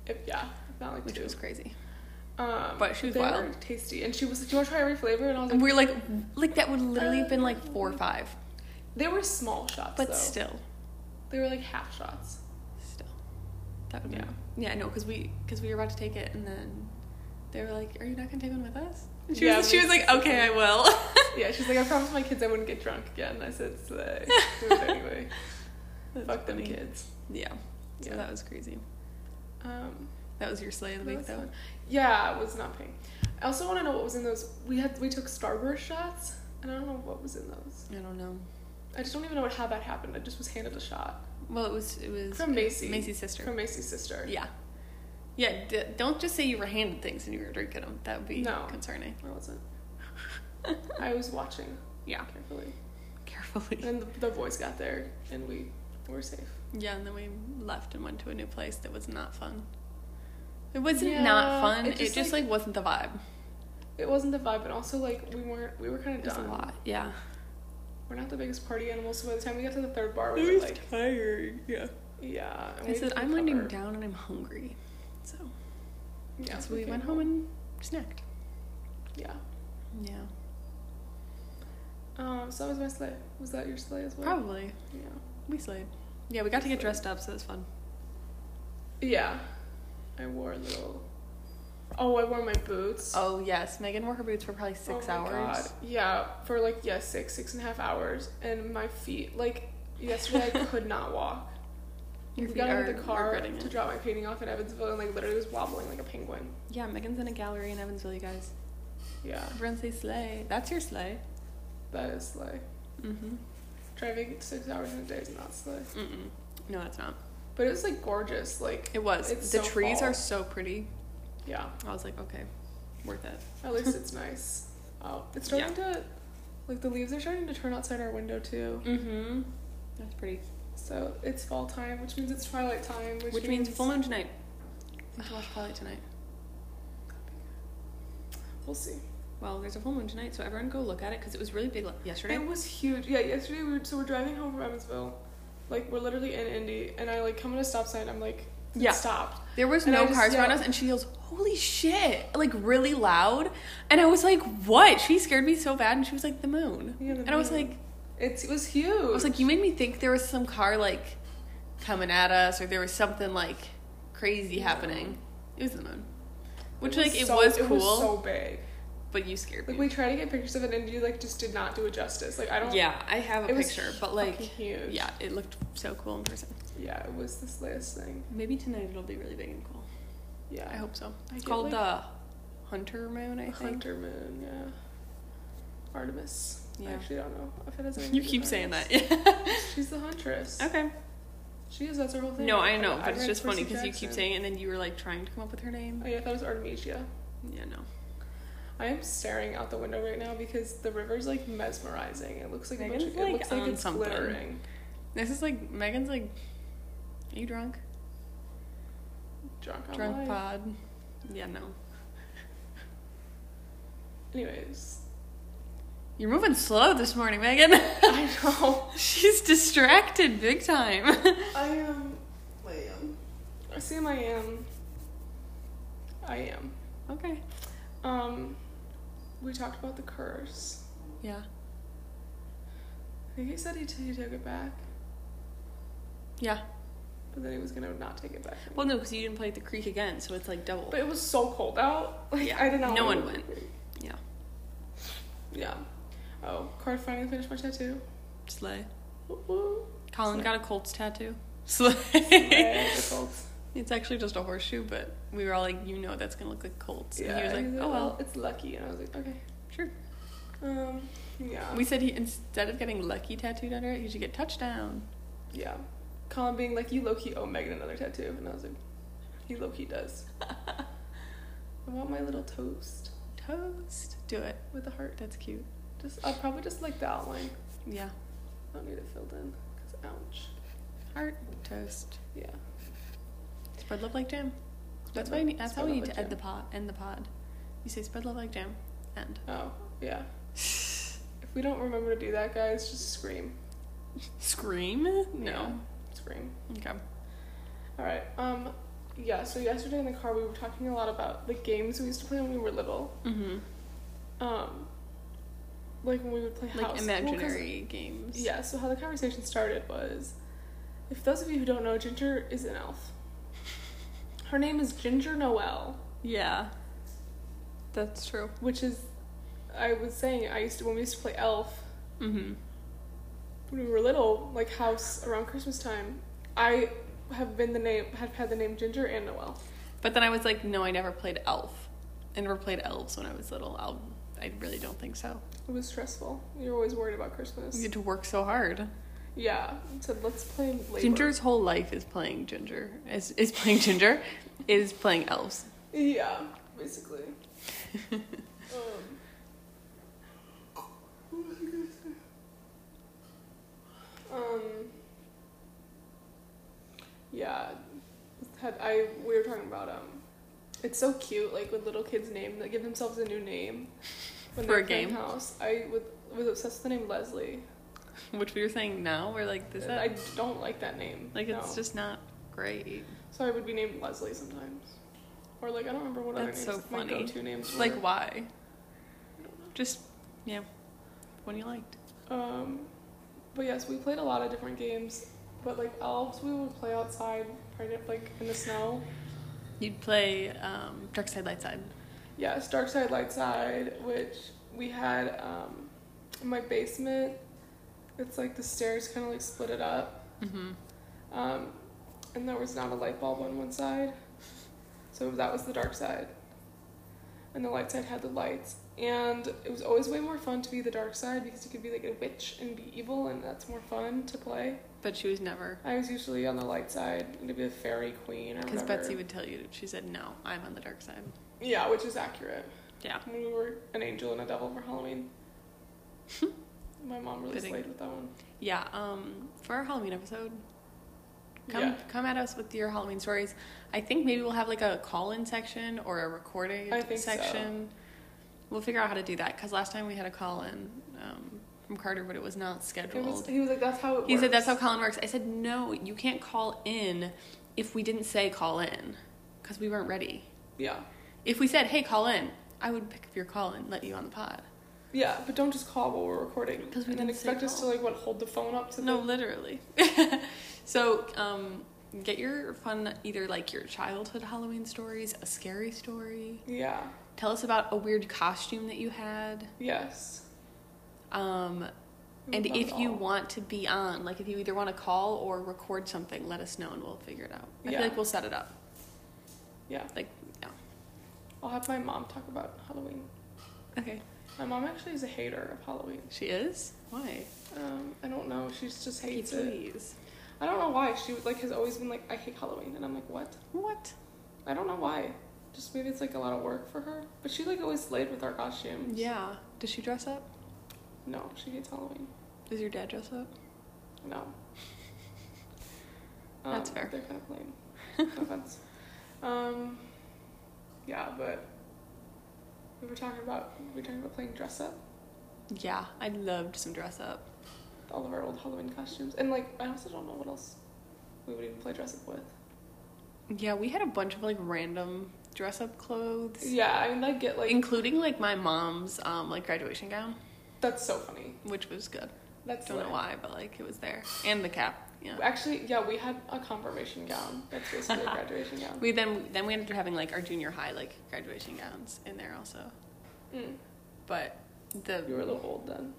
If, yeah, not like
which
two.
was crazy.
Um,
But she was
they
wild.
were tasty, and she was like, "Do you want to try every flavor?" And I was like,
And we are like, like that would literally have been like four or five,
They were small shots,
but
though.
still,
They were like half shots.
still, that would be
Yeah.
yeah no because we because we were about to take it and then they were like, are you not gonna take one with us? And she
Yeah,
was
we-
she was like, okay, I will.
<laughs>
<laughs>
Yeah, she's like, I promised my kids I wouldn't get drunk again. I said, "Slay."
<laughs>
Do it anyway.
That's
Fuck them
funny.
kids.
Yeah, so
Yeah.
that was crazy.
Um,
That was your sleigh of the
that
week
was
though.
fun. yeah, it was not pink. I also want to know what was in those. We had we took Starburst shots, and I don't know what was in those.
I don't know.
I just don't even know what, how that happened. I just was handed a shot
Well, it was it was
from Macy.
Macy's sister.
From Macy's sister.
Yeah. Yeah, d- don't just say you were handed things and you were drinking them. That would be
No.
concerning.
I
<laughs>
wasn't. I was watching
Yeah,
carefully. And
carefully.
then the, the boys got there, and we were safe.
Yeah, and then we left and went to a new place that was not fun. It wasn't
Yeah,
not fun.
it
It just,
just,
like, wasn't the vibe.
It wasn't the vibe, but also like we weren't. We were kind of
It was a
done.
lot. Yeah.
We're not the biggest party animals, so by the time we got to the third bar, we were like,
tired. Yeah.
yeah. and
I
we
said
didn't
I'm winding
recover."
down and I'm hungry, so
Yeah,
so we
came
went home and snacked.
yeah.
Yeah,
Um, so that was my sleigh. Was that your sleigh as well?
probably
Yeah.
we slayed. Yeah, we got to get
Slayed.
dressed up, so it was fun.
Yeah. I wore a little Oh, I wore my boots.
Oh yes, Megan wore her boots for probably
six
six hours.
Yeah, for like yeah, six six and a half hours, and my feet like yesterday
<laughs>
I could not walk.
Your
We
feet
got out
are
of the car
regretting
to
it.
drop my painting off in Evansville, and like literally was wobbling like a penguin.
Yeah, Megan's in a gallery in Evansville, you guys.
Yeah,
Everyone say sleigh. That's your sleigh.
that is like
Mm-hmm.
driving six hours in a day is not slow.
Mm-mm. No, it's not.
But it was like gorgeous. Like
It was.
It's
the
so
trees
fall.
are so pretty.
yeah,
I was like, okay, worth it.
at least <laughs> it's nice. Oh, it's starting to like the leaves are starting to turn outside our window too.
Mm-hmm. That's pretty.
So it's fall time, which means it's twilight time, which,
Which, means full moon tonight. I need to watch Twilight tonight.
We'll see.
Well, there's a full moon tonight, so everyone go look at it because it was really big like, yesterday.
It was huge. Yeah, yesterday we were, so we're driving home from Evansville, like we're literally in Indy, and I like come at a stop sign. I'm like, it
Yeah.
stopped.
There was
And I
no
just
cars around
yelled-
us, and she yells, "Holy shit!" like really loud, and I was like, "What?" She scared me so bad, and she was like, "The moon,"
Yeah, the
and I was
moon.
like,
It was huge.
"I was like, you made me think there was some car like coming at us, or there was something like crazy
No.
happening." It was the moon, which
was
like it
so-
was
It
cool,
was so big.
but you scared me.
Like we tried to get pictures of it, and you like just did not do it justice. Like I don't.
yeah, I have a
it was
picture, but like,
fucking huge.
yeah, it looked so cool in person.
Yeah, it was this last thing.
Maybe tonight it'll be really big and cool.
Yeah.
I hope so.
I
It's
get,
called
like,
the Hunter Moon, I think.
Hunter Moon. Yeah. Artemis.
Yeah.
I actually don't know if it has
<laughs>
anything
You
to do
keep
with
saying that.
Artemis. She's the huntress.
okay.
She is. That's her whole thing.
No, I know, but
read
it's just funny
Percy
because you keep
Jackson.
saying it and then you were like trying to come up with her name.
Oh, yeah, I thought it was Artemisia.
Yeah, no.
I am staring out the window right now because the river's like mesmerizing. It looks like a bunch
Megan's,
of,
like,
it looks like
on
it's
something.
glittering.
This is like Megan's like Are you drunk?
Drunk on
drunk
life.
pod. Yeah, no.
Anyways,
You're moving slow this morning, <laughs> Megan.
I know.
<laughs> She's distracted big time. <laughs>
I am. I am. I see. I am. I am.
okay.
Um, we talked about the curse.
Yeah.
I think he said he, t- he took it back,
Yeah.
but then he was gonna not take it back.
Well no, because you didn't play at the creek again, so it's like double.
but it was so cold out. Like
Yeah,
I did not.
no
wanna
one
go to the creek.
Yeah.
Yeah. Oh, Card finally finished my tattoo.
Slay.
Woo-woo.
Colin
Slay.
got a Colts tattoo. <laughs> Slay. <laughs>
Yeah, the Colts.
It's actually just a horseshoe, but we were all like, you know that's gonna look like Colts.
Yeah,
and he was
and
like, Oh well,
it's lucky, and I was like, okay,
sure.
um, yeah,
We said he instead of getting lucky tattooed under it, he should get touchdown.
yeah. Colin being like, you low key owe Megan another tattoo, and I was like, he low
<laughs>
key does. I want my little toast
Toast. Do it.
with a heart.
That's cute.
Just, I'll probably just like the outline.
Yeah.
I don't need it filled in, cause ouch.
Heart toast.
Yeah,
Spread love like jam. That's
Spread
why I
love-
need, that's how
spread
we need
love
to
like
end the
jam.
pod. End the pod. You say spread love like jam.
<laughs>
End.
oh yeah. If we don't remember to do that, guys, just scream.
Scream?
Yeah,
No.
scream.
Okay.
All right. Um, yeah. So yesterday in the car, we were talking a lot about the games we used to play when we were little.
Mm-hmm.
um like when we would play
Like
house well, 'cause-
imaginary games.
yeah so how the conversation started was if those of you who don't know ginger is an elf her name is ginger noel
Yeah. That's true.
which is i was saying i used to when we used to play elf
Mm-hmm.
when we were little like house around christmas time i have been the name have had the name ginger and noel
But then I was like, no, I never played elf. I never played elves when I was little. I'll, I really don't think so.
it was stressful you're always worried about christmas
You had to work so hard.
yeah it said let's play labor.
Ginger's whole life is playing Ginger. Is, is playing <laughs> Ginger. is playing elves.
Yeah, basically. um, what was I gonna say? Um, yeah, had I we were talking about um, it's so cute like when little kids name they give themselves a new name when
For
they're
a
playing
game.
house. I was was obsessed with the name Leslie.
Which we were saying now, we're like, this
I don't like that name.
like it's
no.
just not great.
so I would be named Leslie sometimes, or like I don't remember what
That's
other
so
names my
funny.
go-to names were.
Like why?
I don't know.
Just yeah. One you liked.
Um, but yes, we played a lot of different games. But like elves, we would play outside, right? Like in the snow.
You'd play um, Dark Side, Light Side.
Yes, Dark Side Light Side, which we had um, in my basement. It's like the stairs kind of like split it up,
Mm-hmm.
um, and there was not a light bulb on one side, so that was the dark side. And the light side had the lights, and it was always way more fun to be the dark side because you could be like a witch and be evil, and that's more fun to play.
But she was never,
I was usually on the light side and to be a fairy queen or
because
whatever.
Betsy would tell you, she said, no, I'm on the dark side.
Yeah, which is accurate.
Yeah.
We were an angel and a devil for
<laughs>
Halloween. My mom really
Fitting.
slayed with that one.
Yeah, um, for our Halloween episode, come
Yeah.
come at us with your Halloween stories. I think maybe we'll have like a call-in section or a recorded
I think so.
section. We'll figure out how to do that because last time we had a call-in um, from Carter, but it was not
It
scheduled.
was, he was like, "That's how it
he said
works."
that's how call-in works. I said no, you can't call in if we didn't say call in because we weren't ready.
Yeah,
If we said hey call in, I would pick up your call and let you on the pod.
yeah, but don't just call while we're recording
'Cause we
and then
didn't say
expect us to
call.
like what hold the phone up to
No,
the-
literally. <laughs> so, um, get your fun, either like your childhood Halloween stories, a scary story.
Yeah.
Tell us about a weird costume that you had.
Yes.
Um,
We
and
would love
if
it
you
Mm, all.
want to be on, like if you either want to call or record something, let us know and we'll figure it out. I
Yeah.
feel like we'll set it up.
yeah,
Like, yeah.
I'll have my mom talk about Halloween.
Okay.
My mom actually is a hater of Halloween.
She is? Why?
Um, I don't know. She's just
Hey,
hates it.
please.
I don't know why. She like has always been like, "I hate Halloween," and I'm like, "What?"
What?
I don't know why. Just maybe it's like a lot of work for her. But she like always slayed with our costumes.
Yeah. Does she dress up?
No, she hates Halloween.
Does your dad dress up?
No.
<laughs> That's
Um,
fair.
They're kind
<laughs>
of lame. No offense. Um, yeah, but we were talking about we were talking about playing dress up,
Yeah. I loved some dress up.
all of our old Halloween costumes, and like I also don't know what else we would even play dress up with.
Yeah, we had a bunch of like random dress up clothes,
Yeah, I mean I get like
including like my mom's um like graduation gown,
that's so funny.
which was good.
That's
Don't know
lame.
why, but like it was there, and the cap. Yeah.
Actually, yeah, we had a confirmation gown. That's
<laughs>
basically a graduation gown.
We then then we ended up having like our junior high like graduation gowns in there also,
Mm.
but
You
the
were a little old then.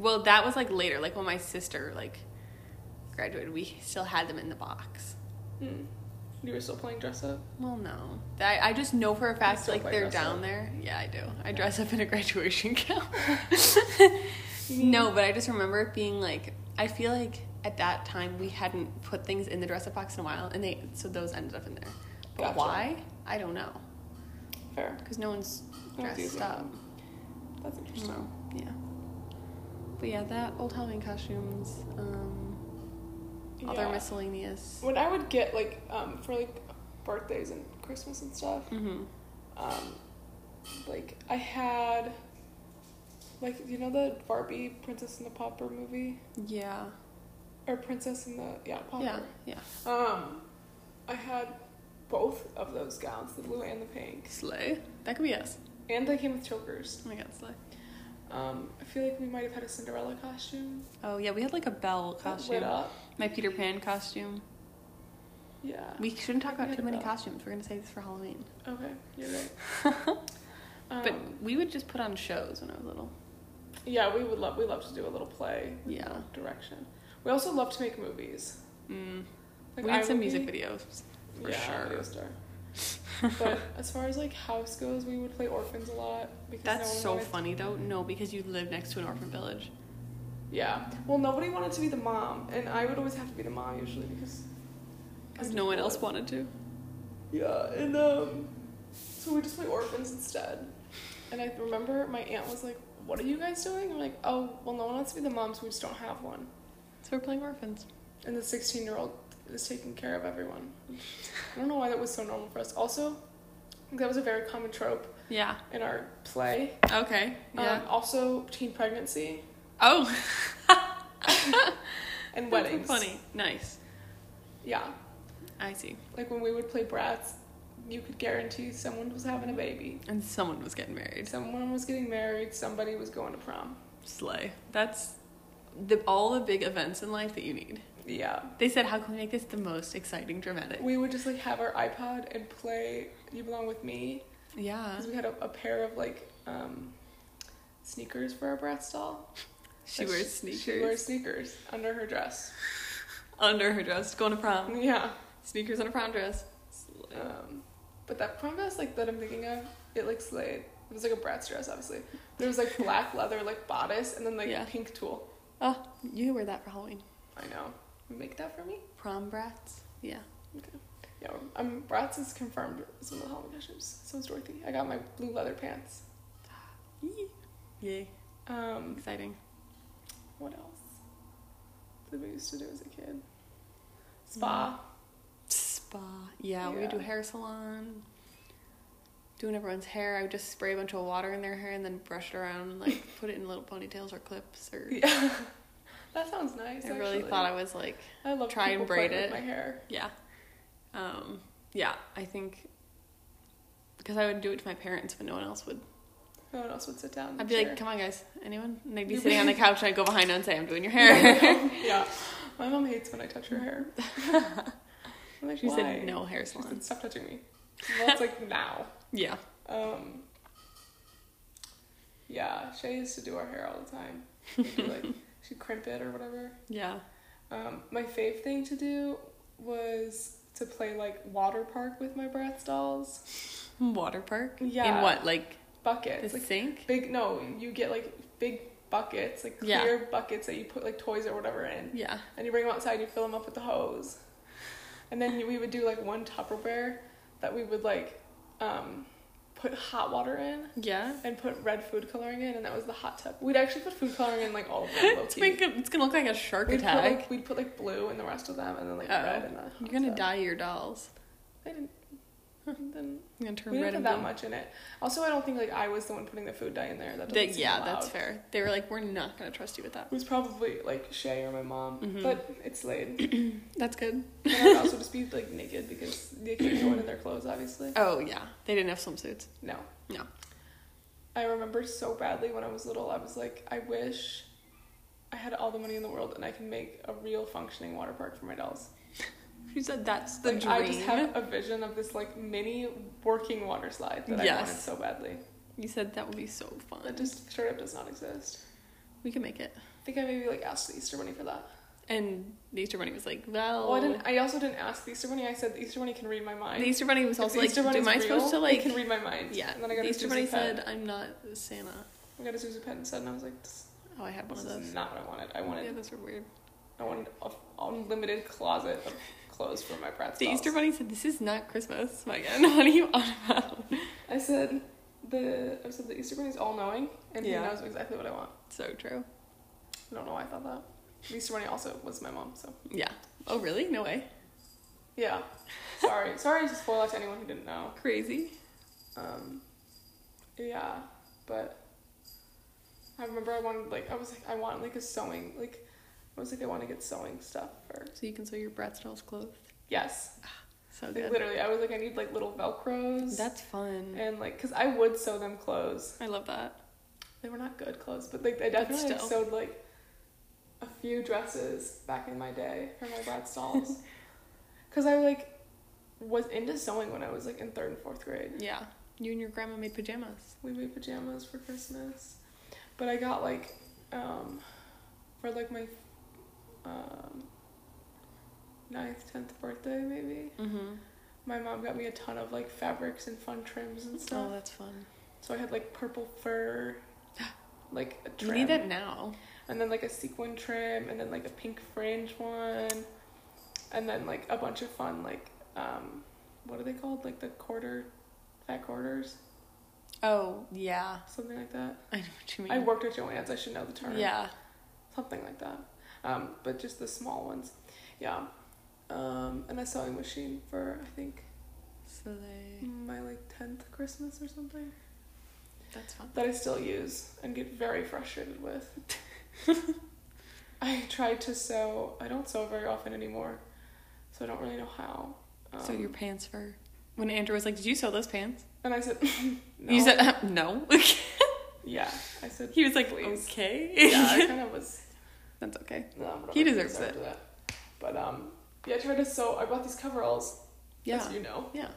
well that was like later like when my sister like graduated we still had them in the box.
Mm.
Hmm.
You were still playing dress up.
Well, no, I, I just know for a fact
still
like
play
they're
dress
down
up.
there. Yeah, I do. I dress up in a <laughs> graduation gown. No, but I just remember it being like I feel like at that time we hadn't put things in the dress up box in a while, and they so those ended up in there. But
Gotcha.
why? I don't know
Fair.
because no one's
No one's
dressed
using
up.
That's interesting.
So yeah, but yeah, that old Halloween costumes, um, other
Yeah.
miscellaneous.
When I would get like um, for like birthdays and Christmas and stuff,
Mm-hmm.
um, like I had like you know the Barbie Princess and the Pauper movie
Yeah,
or Princess and the
yeah,
yeah Pauper.
yeah.
Um, I had both of those gowns, the blue and the pink,
Slay. That could be us.
and they came with chokers.
Oh my god, slay.
Um, I feel like we might have had a Cinderella costume.
Oh yeah, we had like a bell
that
costume.
Lit up.
My Peter Pan costume.
Yeah.
We shouldn't talk about
Yeah,
too many
bell.
costumes. We're gonna save this for Halloween.
okay, you're right. Um,
<laughs> But we would just put on shows when I was little.
Yeah, we would love we love to do a little play. with
Yeah.
no direction. We also love to make movies.
Mm.
Like,
we
I
did some
would
music
be-
videos. for
yeah, I'm a
sure. <laughs>
video star. but as far as like house goes, we would play orphans a lot because
That's
no one
so
wanted-
funny though. No, because you live next to an orphan village.
Yeah. Well, nobody wanted to be the mom, and I would always have to be the mom usually because
Because
I'm
no one
bored.
else wanted to.
Yeah, and um, so we just play orphans instead. And I remember my aunt was like, "What are you guys doing?" I'm like, "Oh, well, no one wants to be the mom, so we just don't have one."
So we're playing orphans.
and the 16 year old is taking care of everyone. I don't know why that was so normal for us. Also, that was a very common trope
Yeah.
in our play.
Okay. Yeah.
Um, also, teen pregnancy
oh. <laughs>
and
That's
weddings.
Funny. Nice.
Yeah,
I see.
like when we would play brats, you could guarantee someone was having a baby.
And someone was getting married.
Someone was getting married. Somebody was going to prom.
Slay. That's the all the big events in life that you need.
Yeah.
They said, "How can we make this the most exciting dramatic?"
We would just like have our iPod and play You Belong With Me.
Yeah.
Because we had a, a pair of like um, sneakers for our brat doll.
She
Like,
wears
she-
sneakers
She wears sneakers under her dress. Um,
under her dress, going to prom.
Yeah.
Sneakers and a prom dress.
Um, but that prom dress like that I'm thinking of, it like slayed. It was like a brat's dress, obviously. There was like black leather like bodice and then like
Yeah.
pink tulle.
Oh, you wear that for Halloween.
I know. Make that for me.
Prom brats. Yeah.
Yeah, I'm Bratz is confirmed as one of the Halloween costumes. So is Dorothy. I got my blue leather pants.
Yee. Yay.
Um,
Exciting.
what else? That we used to do as a
Mm-hmm.
kid.
<laughs>
Spa.
Spa. Yeah, we
Yeah.
do hair salon. Doing everyone's hair, I would just spray a bunch of water in their hair and then brush it around and
<laughs>
like put it in little ponytails or clips or.
Yeah, that sounds nice.
I really
actually.
thought I was like,
I love
try and
people
braid
playing
it.
With my hair.
yeah, um, yeah. I think because I would do it to my parents, but no one else would.
No one else would sit down.
I'd
in the
be
chair.
like, "Come on, guys, anyone?" And
<laughs>
they'd be
You
sitting on the couch, and I'd go behind them and say, "I'm doing your hair."
<laughs> yeah. My mom hates when I touch her hair. I'm
<laughs>
like,
she
"Why?"
said, "No hair
She said,
salons."
stop touching
<laughs>
me. Well, it's like now.
Yeah,
Um, yeah, Shay used to do our hair all the time. She'd do, like
<laughs>
she'd crimp it or whatever.
yeah.
Um, my fave thing to do was to play like water park with my Bratz dolls.
Water park.
Yeah.
In what, like
Buckets,
the
like
sink?
big. No, you get like big buckets, like
Yeah.
clear buckets that you put like toys or whatever in.
Yeah.
and you bring them outside. You fill them up with the hose, and then you- we would do like one Tupperware that we would like um, put hot water in
Yeah.
and put red food coloring in, and that was the hot tub. We'd actually put food coloring in like all of
<laughs>
them.
It's,
low-key.
make a, it's gonna look like a shark
we'd put
attack.
like we'd put like blue in the rest of them, and then like
Uh-oh.
red in the. Hot
You're Oh. gonna
tub.
dye your dolls.
I didn't. Then
You're
we
gonna turn
didn't
red
put
and
that
blue.
much in it. Also, I don't think like I was the one putting the food dye in there. That doesn't
They-
seem
yeah,
allowed.
that's fair. They were like, "We're not gonna trust you with that."
It was probably like Shay or my mom,
Mhm.
but it's laid.
That's good.
and I'd also just be like naked because they can't go in their clothes, obviously.
Oh yeah, they didn't have swimsuits.
No.
No.
I remember so badly when I was little, I was like, I wish I had all the money in the world and I can make a real functioning water park for my dolls.
She said that's the
Like,
dream.
I just have a vision of this like mini working water slide that I wanted
Yes.
so badly.
you said that would be so fun.
That just straight up does not exist.
we can make it.
I think I maybe like asked the Easter Bunny for that.
And the Easter Bunny was like, well,
Oh, I didn't. I also didn't ask the Easter Bunny. I said the Easter Bunny can read my mind.
the Easter Bunny was
If
also
the
like,
Easter
am
Bunny's
I supposed
real,
to like?
It can read my mind.
yeah.
And then I got
the
a
Easter Bunny
Susie Pen.
said, I'm not Santa.
I got a Susie Penn set, and I was like, this,
Oh, I had one
this
of those.
is not what I wanted. I wanted
yeah, those were weird.
I wanted an unlimited closet of clothes for my brat
The
dolls.
Easter Bunny said, "This is not Christmas, Megan. <laughs> What are you on about?"
I said the I said the Easter Bunny's all knowing and
Yeah.
he knows exactly what I want.
So true.
I don't know why I thought that. The Easter Bunny also was my mom, so
Yeah. Oh, really? No way.
yeah. Sorry, sorry to spoil that to anyone who didn't know.
Crazy.
Um, yeah, but I remember I wanted like I was like I want like a sewing like I was like I want to get sewing stuff for
So you can sew your Bratz dolls clothes.
yes
So
like,
good.
literally I was like I need like little velcros
That's fun.
and like because I would sew them clothes
I love that.
they were not good clothes, but like I
But
definitely like,
still.
sewed like a few dresses back in my day for my
<laughs>
Brad dolls. Cause I like was into sewing when I was like in third and fourth grade.
Yeah. You and your grandma made pajamas.
We made pajamas for Christmas, but I got like um for like my um ninth tenth birthday maybe.
Mm-hmm.
My mom got me a ton of like fabrics and fun trims and stuff.
Oh, that's fun.
So I had like purple
<gasps>
fur, like a
You
trim.
need that now.
and then like a sequin trim and then like a pink fringe one and then like a bunch of fun like um what are they called like the quarter fat quarters
Oh yeah,
something like that
I know what you mean.
i worked at joann's i should know the term
Oh, Yeah,
something like that um but just the small ones yeah um and a sewing machine for i think
so they
my like 10th christmas or something
that's fun.
that I still use and get very frustrated with. <laughs> I tried to sew. I don't sew very often anymore, so I don't really know how. Um,
so your pants for when Andrew was like, "Did you sew those pants?"
and I said, <laughs> no.
<laughs> You said <laughs> no.
yeah. I said
he was like,
Please.
"Okay,
yeah. I kind of was.
<laughs> that's okay."
No, whatever,
He deserves
I deserved That. But um, yeah, I tried to sew. I bought these coveralls,
Yeah.
as you know,
Yeah.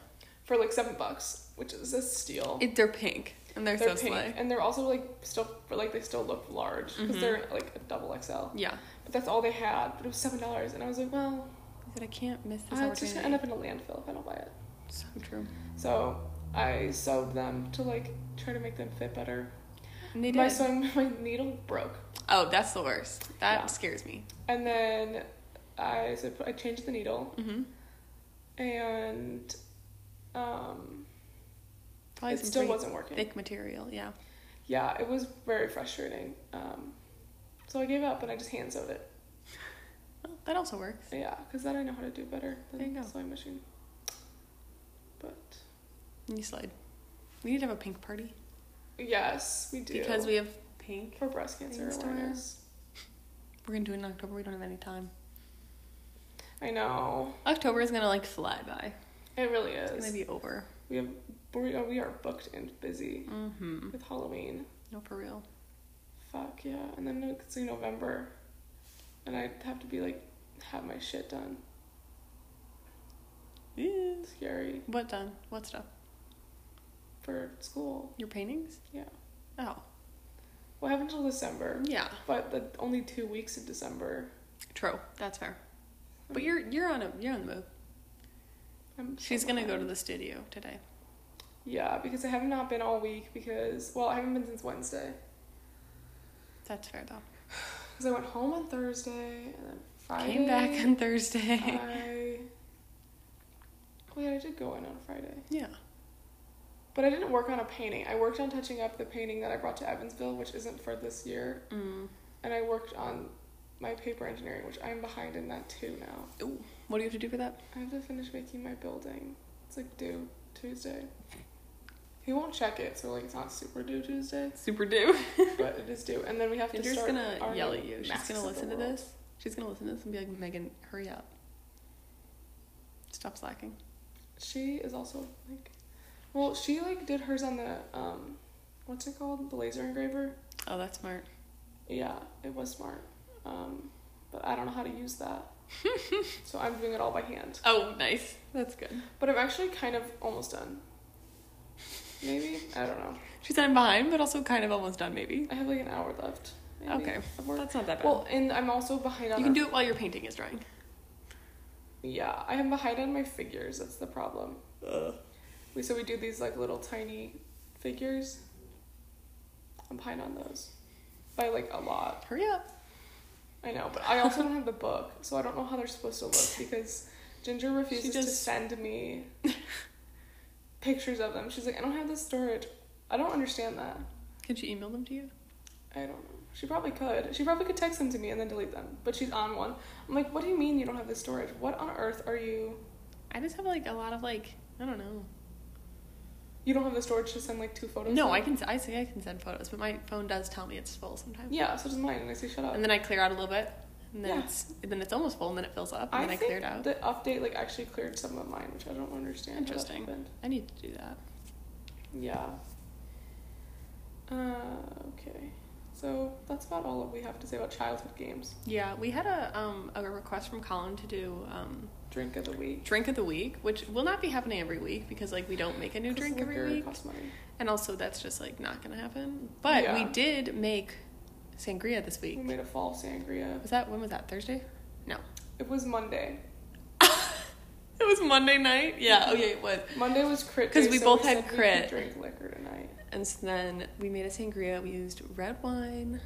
for like seven bucks, which is a steal.
It, they're pink and they're,
they're
so
pink,
slay.
and they're also like still, but like they still look large because
Mhm.
they're like a double XL.
Yeah.
But that's all they had. But it was seven dollars, and I was like, well,
I said I can't miss this
I'm just
opportunity.
gonna end up in a landfill if I don't buy it.
so true.
So I sewed them to like try to make them fit better.
And they
My
did.
sewing, <laughs> my needle broke,
oh, that's the worst. That
Yeah.
scares me.
and then I so I put- I changed the needle
Mm-hmm.
and. Um,
Probably
it
some
still
pretty
wasn't working.
thick material. Yeah.
Yeah, it was very frustrating. Um, so I gave up and I just hand sewed it.
Well, that also works.
Yeah, because that I know how to do better
There
than
you go.
sewing machine. But
And you slide. We need to have a pink party
yes, we do
because we have pink.
for breast cancer
things to wear.
awareness.
We're gonna do it in October. We don't have any time.
I know
October is gonna like fly by.
it really is.
It's gonna be over.
we have we are, we are booked and busy
Mm-hmm.
with Halloween.
No, for real.
Fuck yeah, and then it's in November, and I have to be like have my shit done. Scary
What done? What stuff?
for school.
Your paintings?
Yeah.
Oh.
What happened till December?
Yeah.
But the only two weeks of December.
True. That's fair. But you're you're on a you're on the move.
I'm
She's
so
gonna go
behind.
to the studio today.
Yeah, because I have not been all week because well, I haven't been since Wednesday.
That's fair though.
Because I went home on Thursday and then Friday.
Came back on Thursday.
I Wait, I did go in on Friday.
<laughs> yeah.
But I didn't work on a painting. I worked on touching up the painting that I brought to Evansville, which isn't for this year.
Mm.
And I worked on my paper engineering, which I'm behind in that too now.
Ooh. What do you have to do for that?
I have to finish making my building. It's like due Tuesday. He won't check it, so like it's not super
<laughs>
due Tuesday,
Super do.
but it is due. And then we have to
Ginger's
start
gonna
our
yell
new
at you. She's
masks
gonna
of the
listen to
world.
this. She's gonna listen to this and be like, Megan, hurry up. Stop slacking.
She is also like, well, she like did hers on the um, what's it called, the laser engraver.
Oh, that's smart.
Yeah, it was smart, um, but I don't know how to
<laughs>
use that, so I'm doing it all by hand.
Oh, nice. That's good.
But I'm actually kind of almost done. Maybe I don't know.
She said I'm behind, but also kind of almost done, maybe.
I have like an hour left. maybe,
Okay.
of work.
That's not that bad.
Well, and I'm also behind on.
you can
our-
do it while your painting is drying.
Yeah, I am behind on my figures. That's the problem.
Ugh.
We so we do these like little tiny figures. I'm behind on those by like a lot.
Hurry up.
I know, but I also don't have the book, so I don't know how they're supposed to look because Ginger refuses to
just- <laughs>
send me pictures of them. She's like, I don't have the storage. I don't understand that.
Can she email them to you?
I don't know. She probably could. She probably could text them to me and then delete them, but she's on one. I'm like, what do you mean you don't have the storage? What on earth are you?
I just have like a lot of like I don't know.
You don't have the storage to send like two photos?
No,
of?
I can I say I can send photos, but my phone does tell me it's full sometimes.
Yeah, so does mine, and I say, shut up.
And then I clear out a little bit, and then
Yeah.
it's and then it's almost full, and then it fills up, and
I
then I
think
cleared out.
the update like actually cleared some of mine, which I don't understand. how that
Interesting.
happened.
I need to do that.
Yeah. Uh, okay. So that's about all that we have to say about childhood games.
Yeah, we had a um a request from Colin to do um
Drink of the week.
drink of the week, which will not be happening every week because like we don't make a new
'Cause
drink
liquor
every week,
Costs money.
and also that's just like not gonna happen. But
Yeah.
we did make sangria this
We
week.
made a fall sangria.
Was that when was that <laughs> Thursday? No,
It was Monday.
it was Monday night. Yeah, oh yeah, it was.
Monday was crit.
'Cause
day,
we
so
both
we
had
said we could
crit.
drink liquor tonight.
And so then we made a sangria. We used red wine.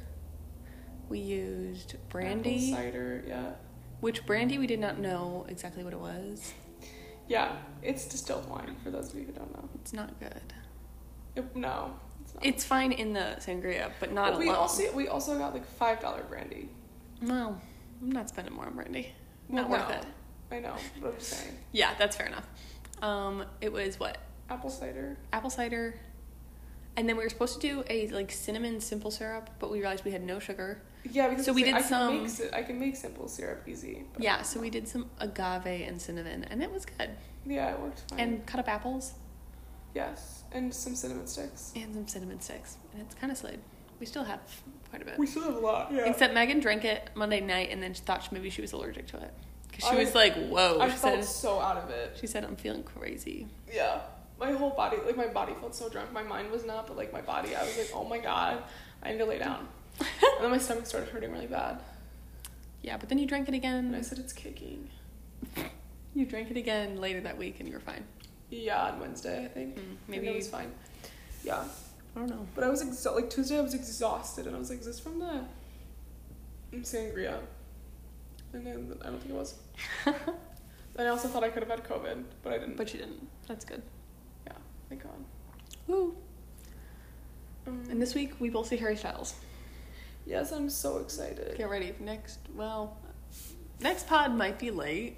We used brandy,
Apple cider. Yeah.
which brandy we did not know exactly what it was.
Yeah. It's distilled wine for those of you who don't know.
It's not good.
It, no. It's not.
It's fine in the sangria, but not
But we
alone.
also we also got like five dollar brandy.
well, I'm not spending more on brandy. Not
Well,
worth
no.
it.
I know. But I'm just saying.
Yeah, that's fair enough. Um, it was what
Apple cider.
apple cider, and then we were supposed to do a like cinnamon simple syrup, but we realized we had no sugar.
Yeah, because
So we
it's like,
did
I
some-
Can make, si- I can make simple syrup easy. but-
Yeah, so we did some agave and cinnamon, and it was good.
Yeah, it worked fine.
And cut up apples.
yes, and some cinnamon sticks.
and some cinnamon sticks, and it's kind of slid. We still have quite a bit.
We still have a lot. Yeah.
Except Megan drank it Monday night and then she thought she, maybe she was allergic to it 'Cause she was like, whoa.
I
she,
felt
said,
so out of it.
she said, I'm feeling crazy.
Yeah. My whole body, like my body felt so drunk. My mind was not, but like my body, I was like, oh my god, I need to
<laughs>
lay down. and then my stomach started hurting really bad.
Yeah, but then you drank it
And I
again.
said, it's kicking.
You drank it again later that week and you were fine.
Yeah, on Wednesday, I think.
Mm,
Maybe
maybe,
it was fine. Yeah.
I don't know.
But I was exa- like, Tuesday, I was exhausted, and I was like, is this from the sangria? And then I don't think
<laughs>
it was. And I also thought I could have had COVID, but I didn't.
But you didn't. That's good.
thank God.
Woo.
Um,
And this week, we both see Harry Styles.
Yes, I'm so excited.
Get ready. for Next, well, next pod might be late.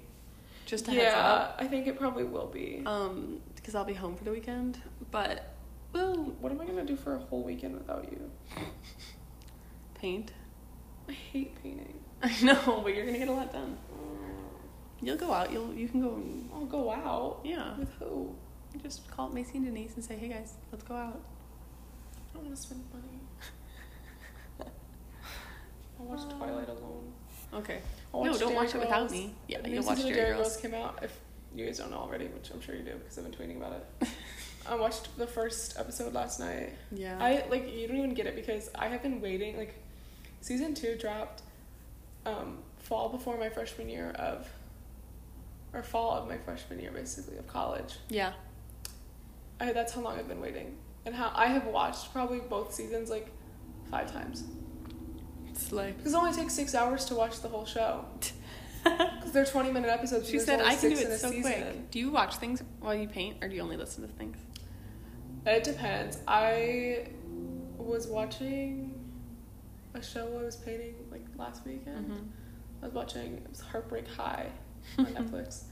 Just a heads
Yeah,
up.
I think it probably will be.
Um, because I'll be home for the weekend. But, well,
What am I gonna do for a whole weekend without you?
paint.
I hate painting.
<laughs> I know, but you're gonna get a lot done. You'll go out. You'll you can go. and-
I'll go out
Yeah,
with who?
just call Macy and Denise and say, hey guys, let's go out.
I don't want to spend money. <laughs> I'll watch Twilight alone.
Okay.
I'll
Uh. no,
watch
don't
Dairy
watch it without
Girls.
me. Yeah,
The
you'll
new
watch
season of
Dairy Girls.
came out. If you guys don't know already, which I'm sure you do because I've been tweeting about it. <laughs> I watched the first episode last night.
Yeah.
I like you don't even get it because I have been waiting. Like, season two dropped, um, fall before my freshman year of, or fall of my freshman year basically of college.
yeah.
I, that's how long I've been waiting, and how I have watched probably both seasons like five times
Slay.
because it only takes six hours to watch the whole
<laughs>
show. Because they're twenty minute episodes. and
She
there's
said,
only
I can do
six in
it
a
so
season."
quick. Do you watch things while you paint, or do you only listen to things?
Uh, It depends. I was watching a show I was painting like last weekend.
Mhm.
I was watching it was Heartbreak
<laughs>
High on Netflix,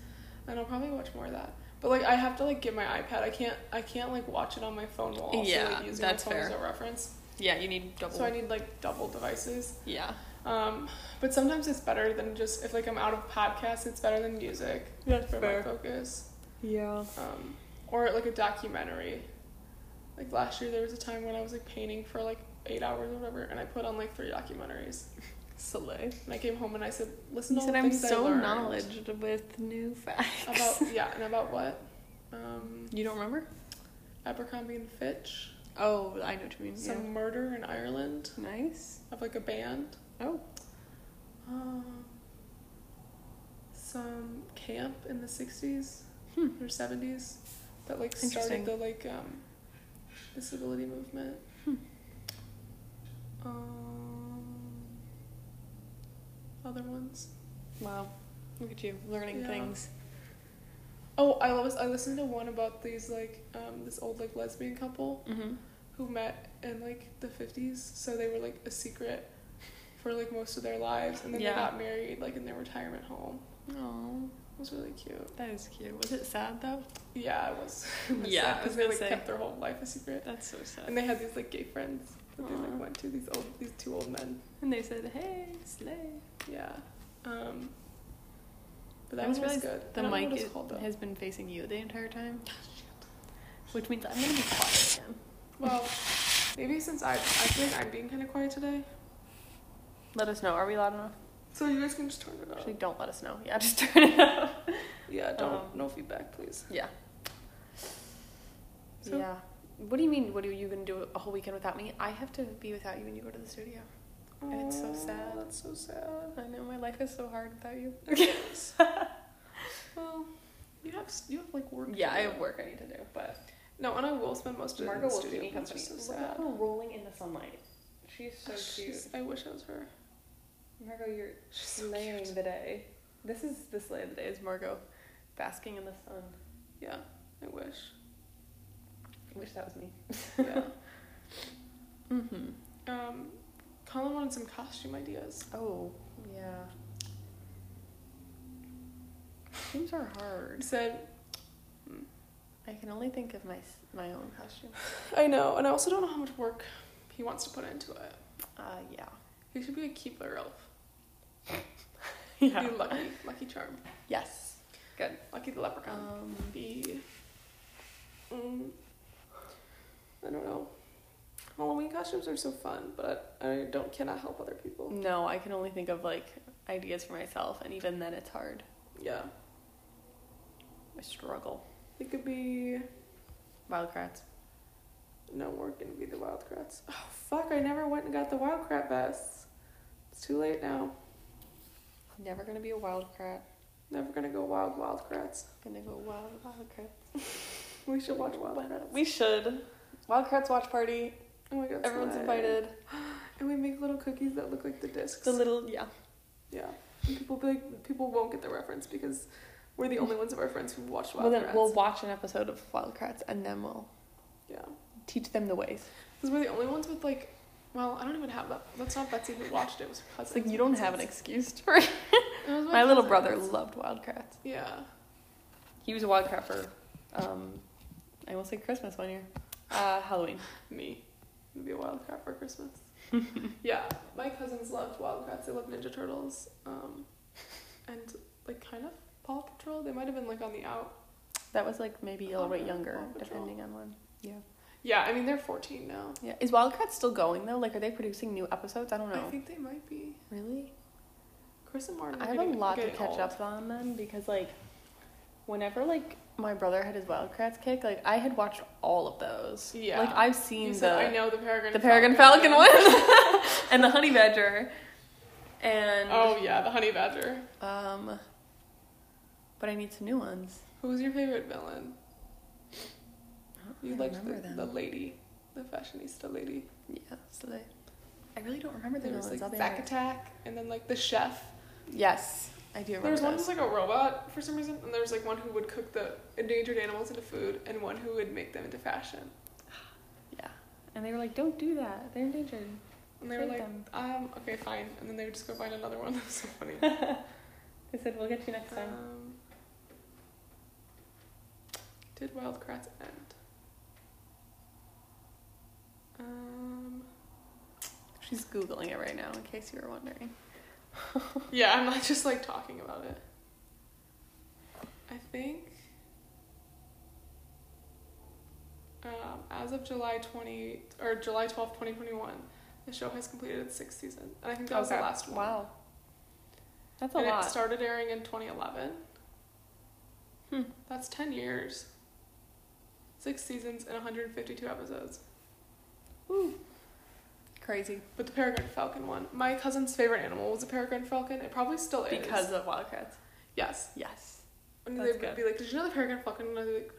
and I'll probably watch more of that. But like I have to like get my iPad. I can't I can't like watch it on my phone while also
Yeah,
like, using
that's
my phone as
fair.
a reference.
Yeah, you need double.
So I need like double devices.
yeah.
Um, but sometimes it's better than just if like I'm out of podcasts, it's better than music
That's
for my focus.
Yeah.
Um, or like a documentary. Like last year, there was a time when I was like painting for like eight hours or whatever, and I put on like three documentaries.
Slay.
And I came home and I said, "Listen
You
to all
said
the
I'm
things I
so
learned."
knowledgeable with new facts. <laughs>
about <laughs> yeah, and about what? Um,
you don't remember?
Abercrombie and Fitch,
Oh, I know what you mean. yeah.
some murder in Ireland
Nice.
of like a band,
Oh.
um, some camp in the '60s
Hmm.
or '70s that like
Interesting.
started the like um, disability movement.
Hmm.
Um, other ones.
Wow. Look at you learning
Yeah.
things.
Oh, I was I listened to one about these like um, this old like lesbian couple.
Mm-hmm.
who met in like the 50s so they were like a secret for like most of their lives and then
Yeah.
they got married like in their retirement home
Oh,
it was really cute
that is cute. Was it sad though? <laughs>
yeah it was, <laughs> it was
Yeah, I was
because they
gonna
like
say.
kept their whole life a secret
That's so sad.
and they had these like gay friends that they
Aw.
like went to these old these two old men
And they said, "Hey, slay."
yeah um but
I didn't
that was really
realize
good I
The
don't know
mic
what it's
is-
called, though.
has been facing you the entire time, which means I'm gonna be quiet again.
well maybe since i i feel like i'm being kind of quiet today
Let us know. Are we loud enough?
so you guys can just turn it off
Actually, don't let us know. Yeah, <laughs> just turn it off.
yeah don't
um,
no feedback please
Yeah.
So-
yeah. What do you mean? What are you gonna do a whole weekend without me? I have to be without you when you go to the studio. And it's so
Aw,
sad.
Oh, That's so sad.
I know my life is so hard without <laughs> you.
Yes. well, you have s- you have like work. to
Yeah, I
do.
have work I need to do, but
No, and I will spend most of it in
Margot
the
will
studio.
keep me
but it's
company.
just so
Look at
sad.
her rolling in the sunlight. She's so
Oh,
cute.
she's- I wish I was her.
Margot, you're
She's so
slaying
cute.
the day. This is the slay of the day is Margot basking in the sun.
Yeah, I wish.
I wish that was me. <laughs>
Yeah.
Mm-hmm.
um, Colin wanted some costume ideas.
Oh, yeah. Costumes are
He
hard.
said,
I can only think of my s- my own costume.
I know, and I also don't know how much work he wants to put into it.
Uh, yeah. <laughs>
He should be a Keebler elf.
Yeah.
Be lucky, lucky charm,
Yes. Good.
lucky the leprechaun.
Um,
be. Mm, I don't know. Halloween costumes are so fun, but I
Um,
don't cannot help other people.
no, I can only think of like ideas for myself, and even then it's hard.
Yeah.
I struggle.
It could be.
Wildcrats.
No, we're gonna be the Wildcrats. Oh fuck! I never went and got the Wildcrat vests. It's too late now.
Never gonna be a wildcrat.
Never gonna go wild Wildcrats.
Gonna go wild wildcrat.
We should watch Wildcrats.
We should. Wildcrats watch party.
Oh my god! it's
Everyone's
nice.
invited.
And we make little cookies that look like the discs.
The little yeah.
yeah. And people be like, people won't get the reference because we're the only ones of our friends who watched
Well, then
Wildcrats.
we'll watch an episode of Wildcrats and then we'll
yeah.
teach them the ways.
Because we're the only ones with like, well, I don't even have that. That's not Betsy who watched it. It was her
It's
cousin.
like you don't have an excuse for it. <laughs>
It was
My little brother
cousins.
loved Wildcrats.
Yeah.
He was a Wildcat for, um, I almost say Christmas one year. Uh, Halloween.
Me. It'd be a wildcat for
<laughs>
Christmas. yeah. My cousins loved wildcats. They loved Ninja Turtles. Um, and like kind of Paw Patrol. They might have been like on the out.
That was like maybe a little bit
Paw-
younger,
Paw Patrol.
depending on when.
Yeah, I mean they're 14 now.
Yeah. Is Wildcats still going though? Like, are they producing new episodes? I don't know.
I think they might be.
really?
Chris and Martin.
I
are
have a
getting-
lot to
getting
catch
old.
up on them because like, whenever like my brother had his Wildcats kick, like I had watched all of those.
Yeah.
Like I've
You
seen
said,
the
I know the Peregrine.
the Peregrine Falcon one <laughs> and the Honey Badger, and
<laughs> Oh yeah, the Honey Badger.
um. But I need some new ones.
Who was your favorite villain?
I don't
You
really
liked
remember
the, the lady, the fashionista lady.
Yeah, so they. I really don't remember the
There was
villains.
like
I'll be
Zack
honest.
Attack, and then like the chef.
Yes, I do remember.
There was one who
those.
was like a robot for some reason, and there was like one who would cook the endangered animals into food, and one who would make them into fashion.
yeah, and they were like, "Don't do that. They're endangered."
And they were
Save
like,
them.
um, okay, fine. And then they would just go find another one. <laughs> That was so funny.
They said, "We'll get you next time."
um, did Wildcrats end? Um,
She's googling it right now, in case you were wondering.
yeah, I'm not <laughs> just like talking about it. I think um, as of July 20 or July 12, 2021, the show has completed its sixth season. And I think that was the
Okay.
last one.
Wow, that's a
and
lot.
it started airing in 2011.
Hmm.
That's 10 years. Six seasons and 152 episodes.
Crazy
But the peregrine falcon one. My cousin's favorite animal was a peregrine falcon. It probably still is.
because of Wildcats.
Yes.
Yes,
And
That's
they'd
good.
be like, did you know the peregrine falcon? And I'd be like,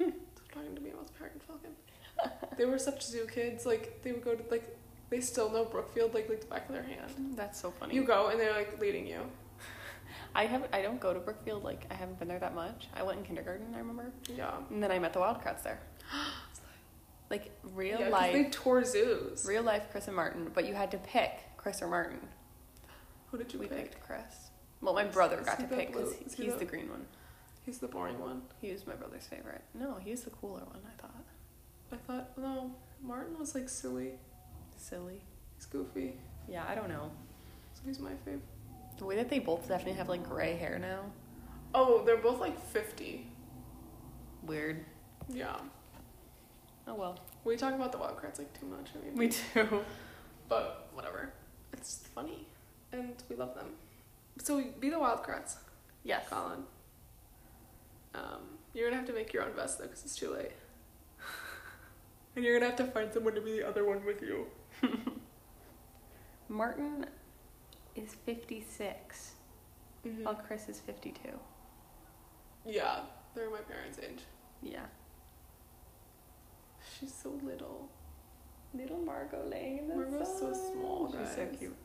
oh my god, <laughs> stop talking to me about the peregrine
<laughs>
falcon. they were such zoo kids. Like, they would go to, like, they still know Brookfield, like, like the back of their hand.
that's so funny.
You go and they're, like, leading you.
I haven't. I don't go to Brookfield. Like I haven't been there that much. I went in kindergarten. I remember,
Yeah.
and then I met the Wildcrats
<gasps>
there. like real
yeah, 'cause
life,
They tour zoos.
real life Chris and Martin. But you had to pick Chris or Martin.
Who did you
we
pick?
picked Chris. Well, my brother
Is
got
he
to
the
pick because
blue- is he
he's
the-
the green one.
He's the boring one.
He was my brother's favorite. No, he was the cooler one. I thought
I thought, no, Martin was, like, silly.
silly.
He's goofy.
Yeah, I don't know.
So he's my favorite.
The way that they both definitely have like gray hair now.
Oh, they're both, like, 50.
Weird.
Yeah.
Oh well.
We talk about the Wildcrats, like, too much. I mean,
We do.
But whatever. It's funny. And we love them. So be the Wildcrats,
<laughs> Yes.
Colin. Um, you're gonna have to make your own vest though, because it's too late. <laughs> and you're gonna have to find someone to be the other one with you.
Martin is fifty six. While
Mm.
Chris is fifty two.
Mm-hmm. Yeah, they're my parents' age.
Yeah.
She's so little.
Little Margot Lane. that's
Margot's so small,
She's so
guys.
cute.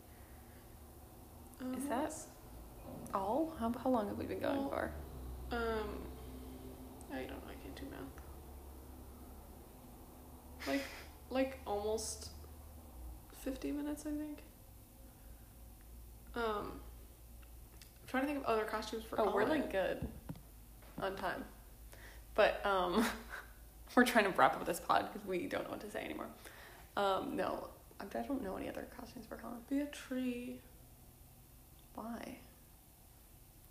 Um,
Is that- All? How, how long have we been going
Well,
for?
Um, I don't know. I can't do math. Like, like almost fifty minutes, I think. Um, I'm trying to think of other costumes for.
Oh, we're
Colin.
like good on time. But um, <laughs> we're trying to wrap up this pod because we don't know what to say anymore. Um, no, I I don't know any other costumes for Colin.
be a tree.
Why?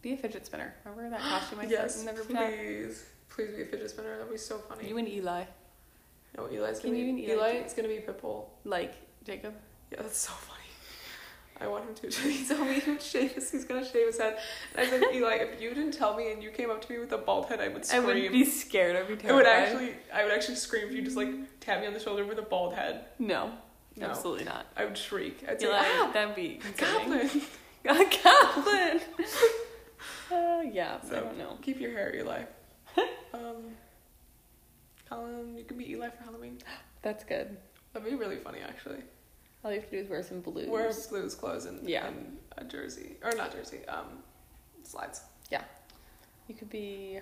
Be a fidget spinner. Remember that <gasps> costume I said in the group chat?
please, please be a fidget spinner. That'd be so funny.
You and Eli,
no, Eli's
Can
gonna
you
be
and Eli
Eli.
do-
It's gonna be Pitbull.
<laughs> like Jacob.
Yeah, that's so funny. I want him to. <laughs> He told me he would shave his, he's gonna shave his head. And I said, Eli, if you didn't tell me and you came up to me with a bald head, I would
I
scream.
would be scared. I'd be
I
terrified.
would actually, I would actually scream if you just like tapped me on the shoulder with a bald head.
No,
No.
absolutely not.
I would shriek. I'd say,
Eli,
ah,
that'd be concerning.
goblin.
<laughs> A goblin. uh, yeah, I
So-
don't know.
<laughs> Keep your hair,
<laughs>
Eli. um, Colin, you can be Eli for Halloween.
That's good.
That'd be really funny, actually.
All you have to do is wear some blues.
Wear blues clothes and,
Yeah.
and a jersey, or not jersey, um, slides.
You could be.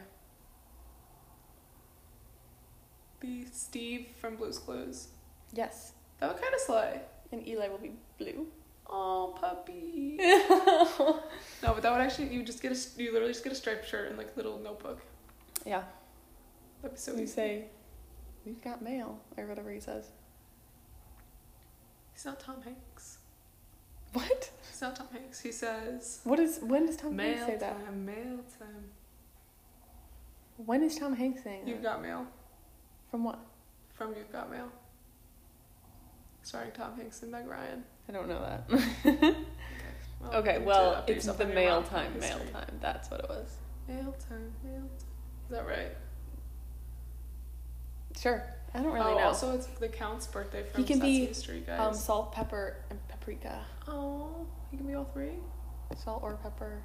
Be Steve from Blues Clues.
Yes.
That would kind of slay.
And Eli will be blue.
Oh,
<laughs>
puppy. no, but that would actually you would just get a you literally just get a striped shirt and like little notebook.
Yeah.
That'd be so
So you
easy.
say, we've got mail, or whatever he says.
He's not Tom Hanks.
What?
He's not Tom Hanks. He says
What is. When does Tom
mail
Hanks say that?
time, mail time.
When is Tom Hanks saying that?
You've got mail
From what?
from You've Got Mail. Starring Tom Hanks and Meg Ryan.
I don't know that. <laughs> okay,
Oh, you need to
well,
update
it's
yourself
the
on your
mail
mom
time, mail
history.
time. That's what it was.
Mail time, mail time. Is that right?
Sure. I don't really
oh,
know.
also it's the Count's birthday from
He can be,
Sesame Street,
um,
guys.
salt, pepper, and paprika.
oh, he can be all three.
Salt or pepper.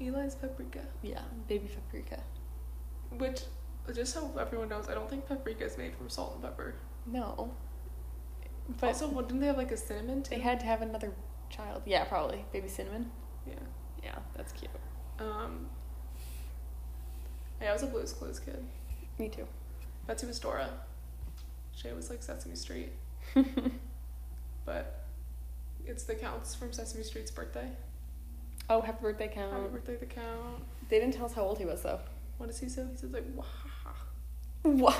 Eli's paprika.
Yeah, baby paprika.
Which, just so everyone knows, I don't think paprika is made from salt and pepper.
No.
But
But
also, what, didn't they have like a cinnamon too?
Oh. they had to have another child. Yeah, probably. Baby cinnamon.
Yeah.
Yeah, that's cute.
Um. Yeah, I was a Blue's Clues kid.
Me too.
Betsy was Dora. Shay was like
<laughs>
Sesame Street. but it's the Count's from Sesame Street's birthday.
Oh, happy birthday,
Happy
Count.
birthday, the Count.
They didn't tell us how old he was, though.
What does he say? He says like, wah.
<laughs> What?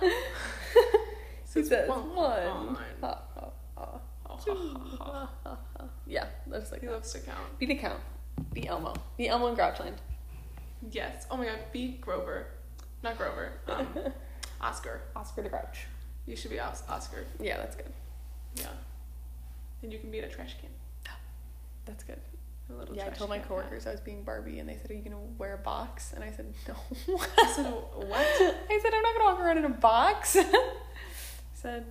he
says,
says
"Wah,
one.
wah,
Ha, ha, ha. <laughs>
wah,
Two.
wah, wah."
Ha, ha, ha. Yeah, that's like
<laughs> He
that.
loves to count.
Be the Count. Be Elmo. Be Elmo in Grouchland.
Yes. Oh my god, be Grover. Not Grover.
<laughs>
Um, Oscar.
Oscar the Grouch.
You should be Os- Oscar.
Yeah, that's good.
Yeah. And you can be in a trash can.
That's good.
A little
Yeah, I
trash
told my
can.
coworkers I was being Barbie, and they said, "Are you gonna wear a box?" And I said, "No."
I said, what?
<laughs> I said, "I'm not gonna walk around in a box." <laughs> said,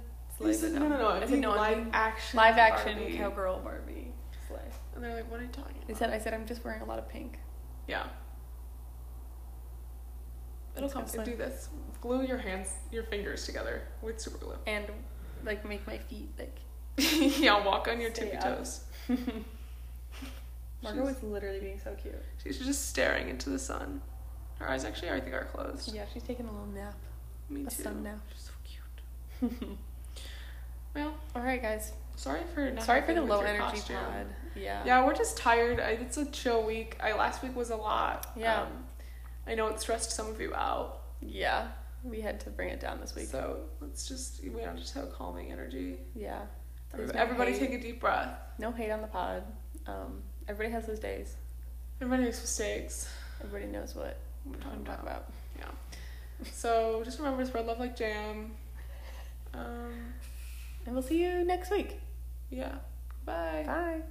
"Slay,
They said,
but
no, no, no.
I
I'm
said,
being
"No, I'm
live
being
action.
live action
Barbie."
cowgirl Barbie." Slay.
And they're like, what are you talking about?
They said, "I said I'm just wearing a lot of pink."
yeah. It'll
It's
come.
gonna slide.
Do this. Glue your hands, your fingers together with
<laughs>
super glue.
and like make my feet like
yeah, walk on your
Stay
tippy
up.
toes.
Margot was literally being so cute.
She's just staring into the sun. Her eyes actually, I think, are closed.
Yeah, she's taking a little nap.
Me
A
too.
sun nap.
She's so cute. well,
All right, guys.
sorry for not
Sorry for
helping
the
with
low
your
energy
costume.
pod. Yeah.
Yeah, we're just tired. I, it's a chill week. I last week was a lot.
Yeah.
Um, I know it stressed some of you out.
Yeah. We had to bring it down this week.
So let's just we don't just have calming energy.
Yeah. There's
Everybody,
no hate.
take a deep breath.
No hate on the pod. Um, everybody has those days.
Everybody makes mistakes.
Everybody knows what
We're
I'm talking about.
So just remember spread love like jam. Um,
And we'll see you next week.
yeah. Bye.
Bye.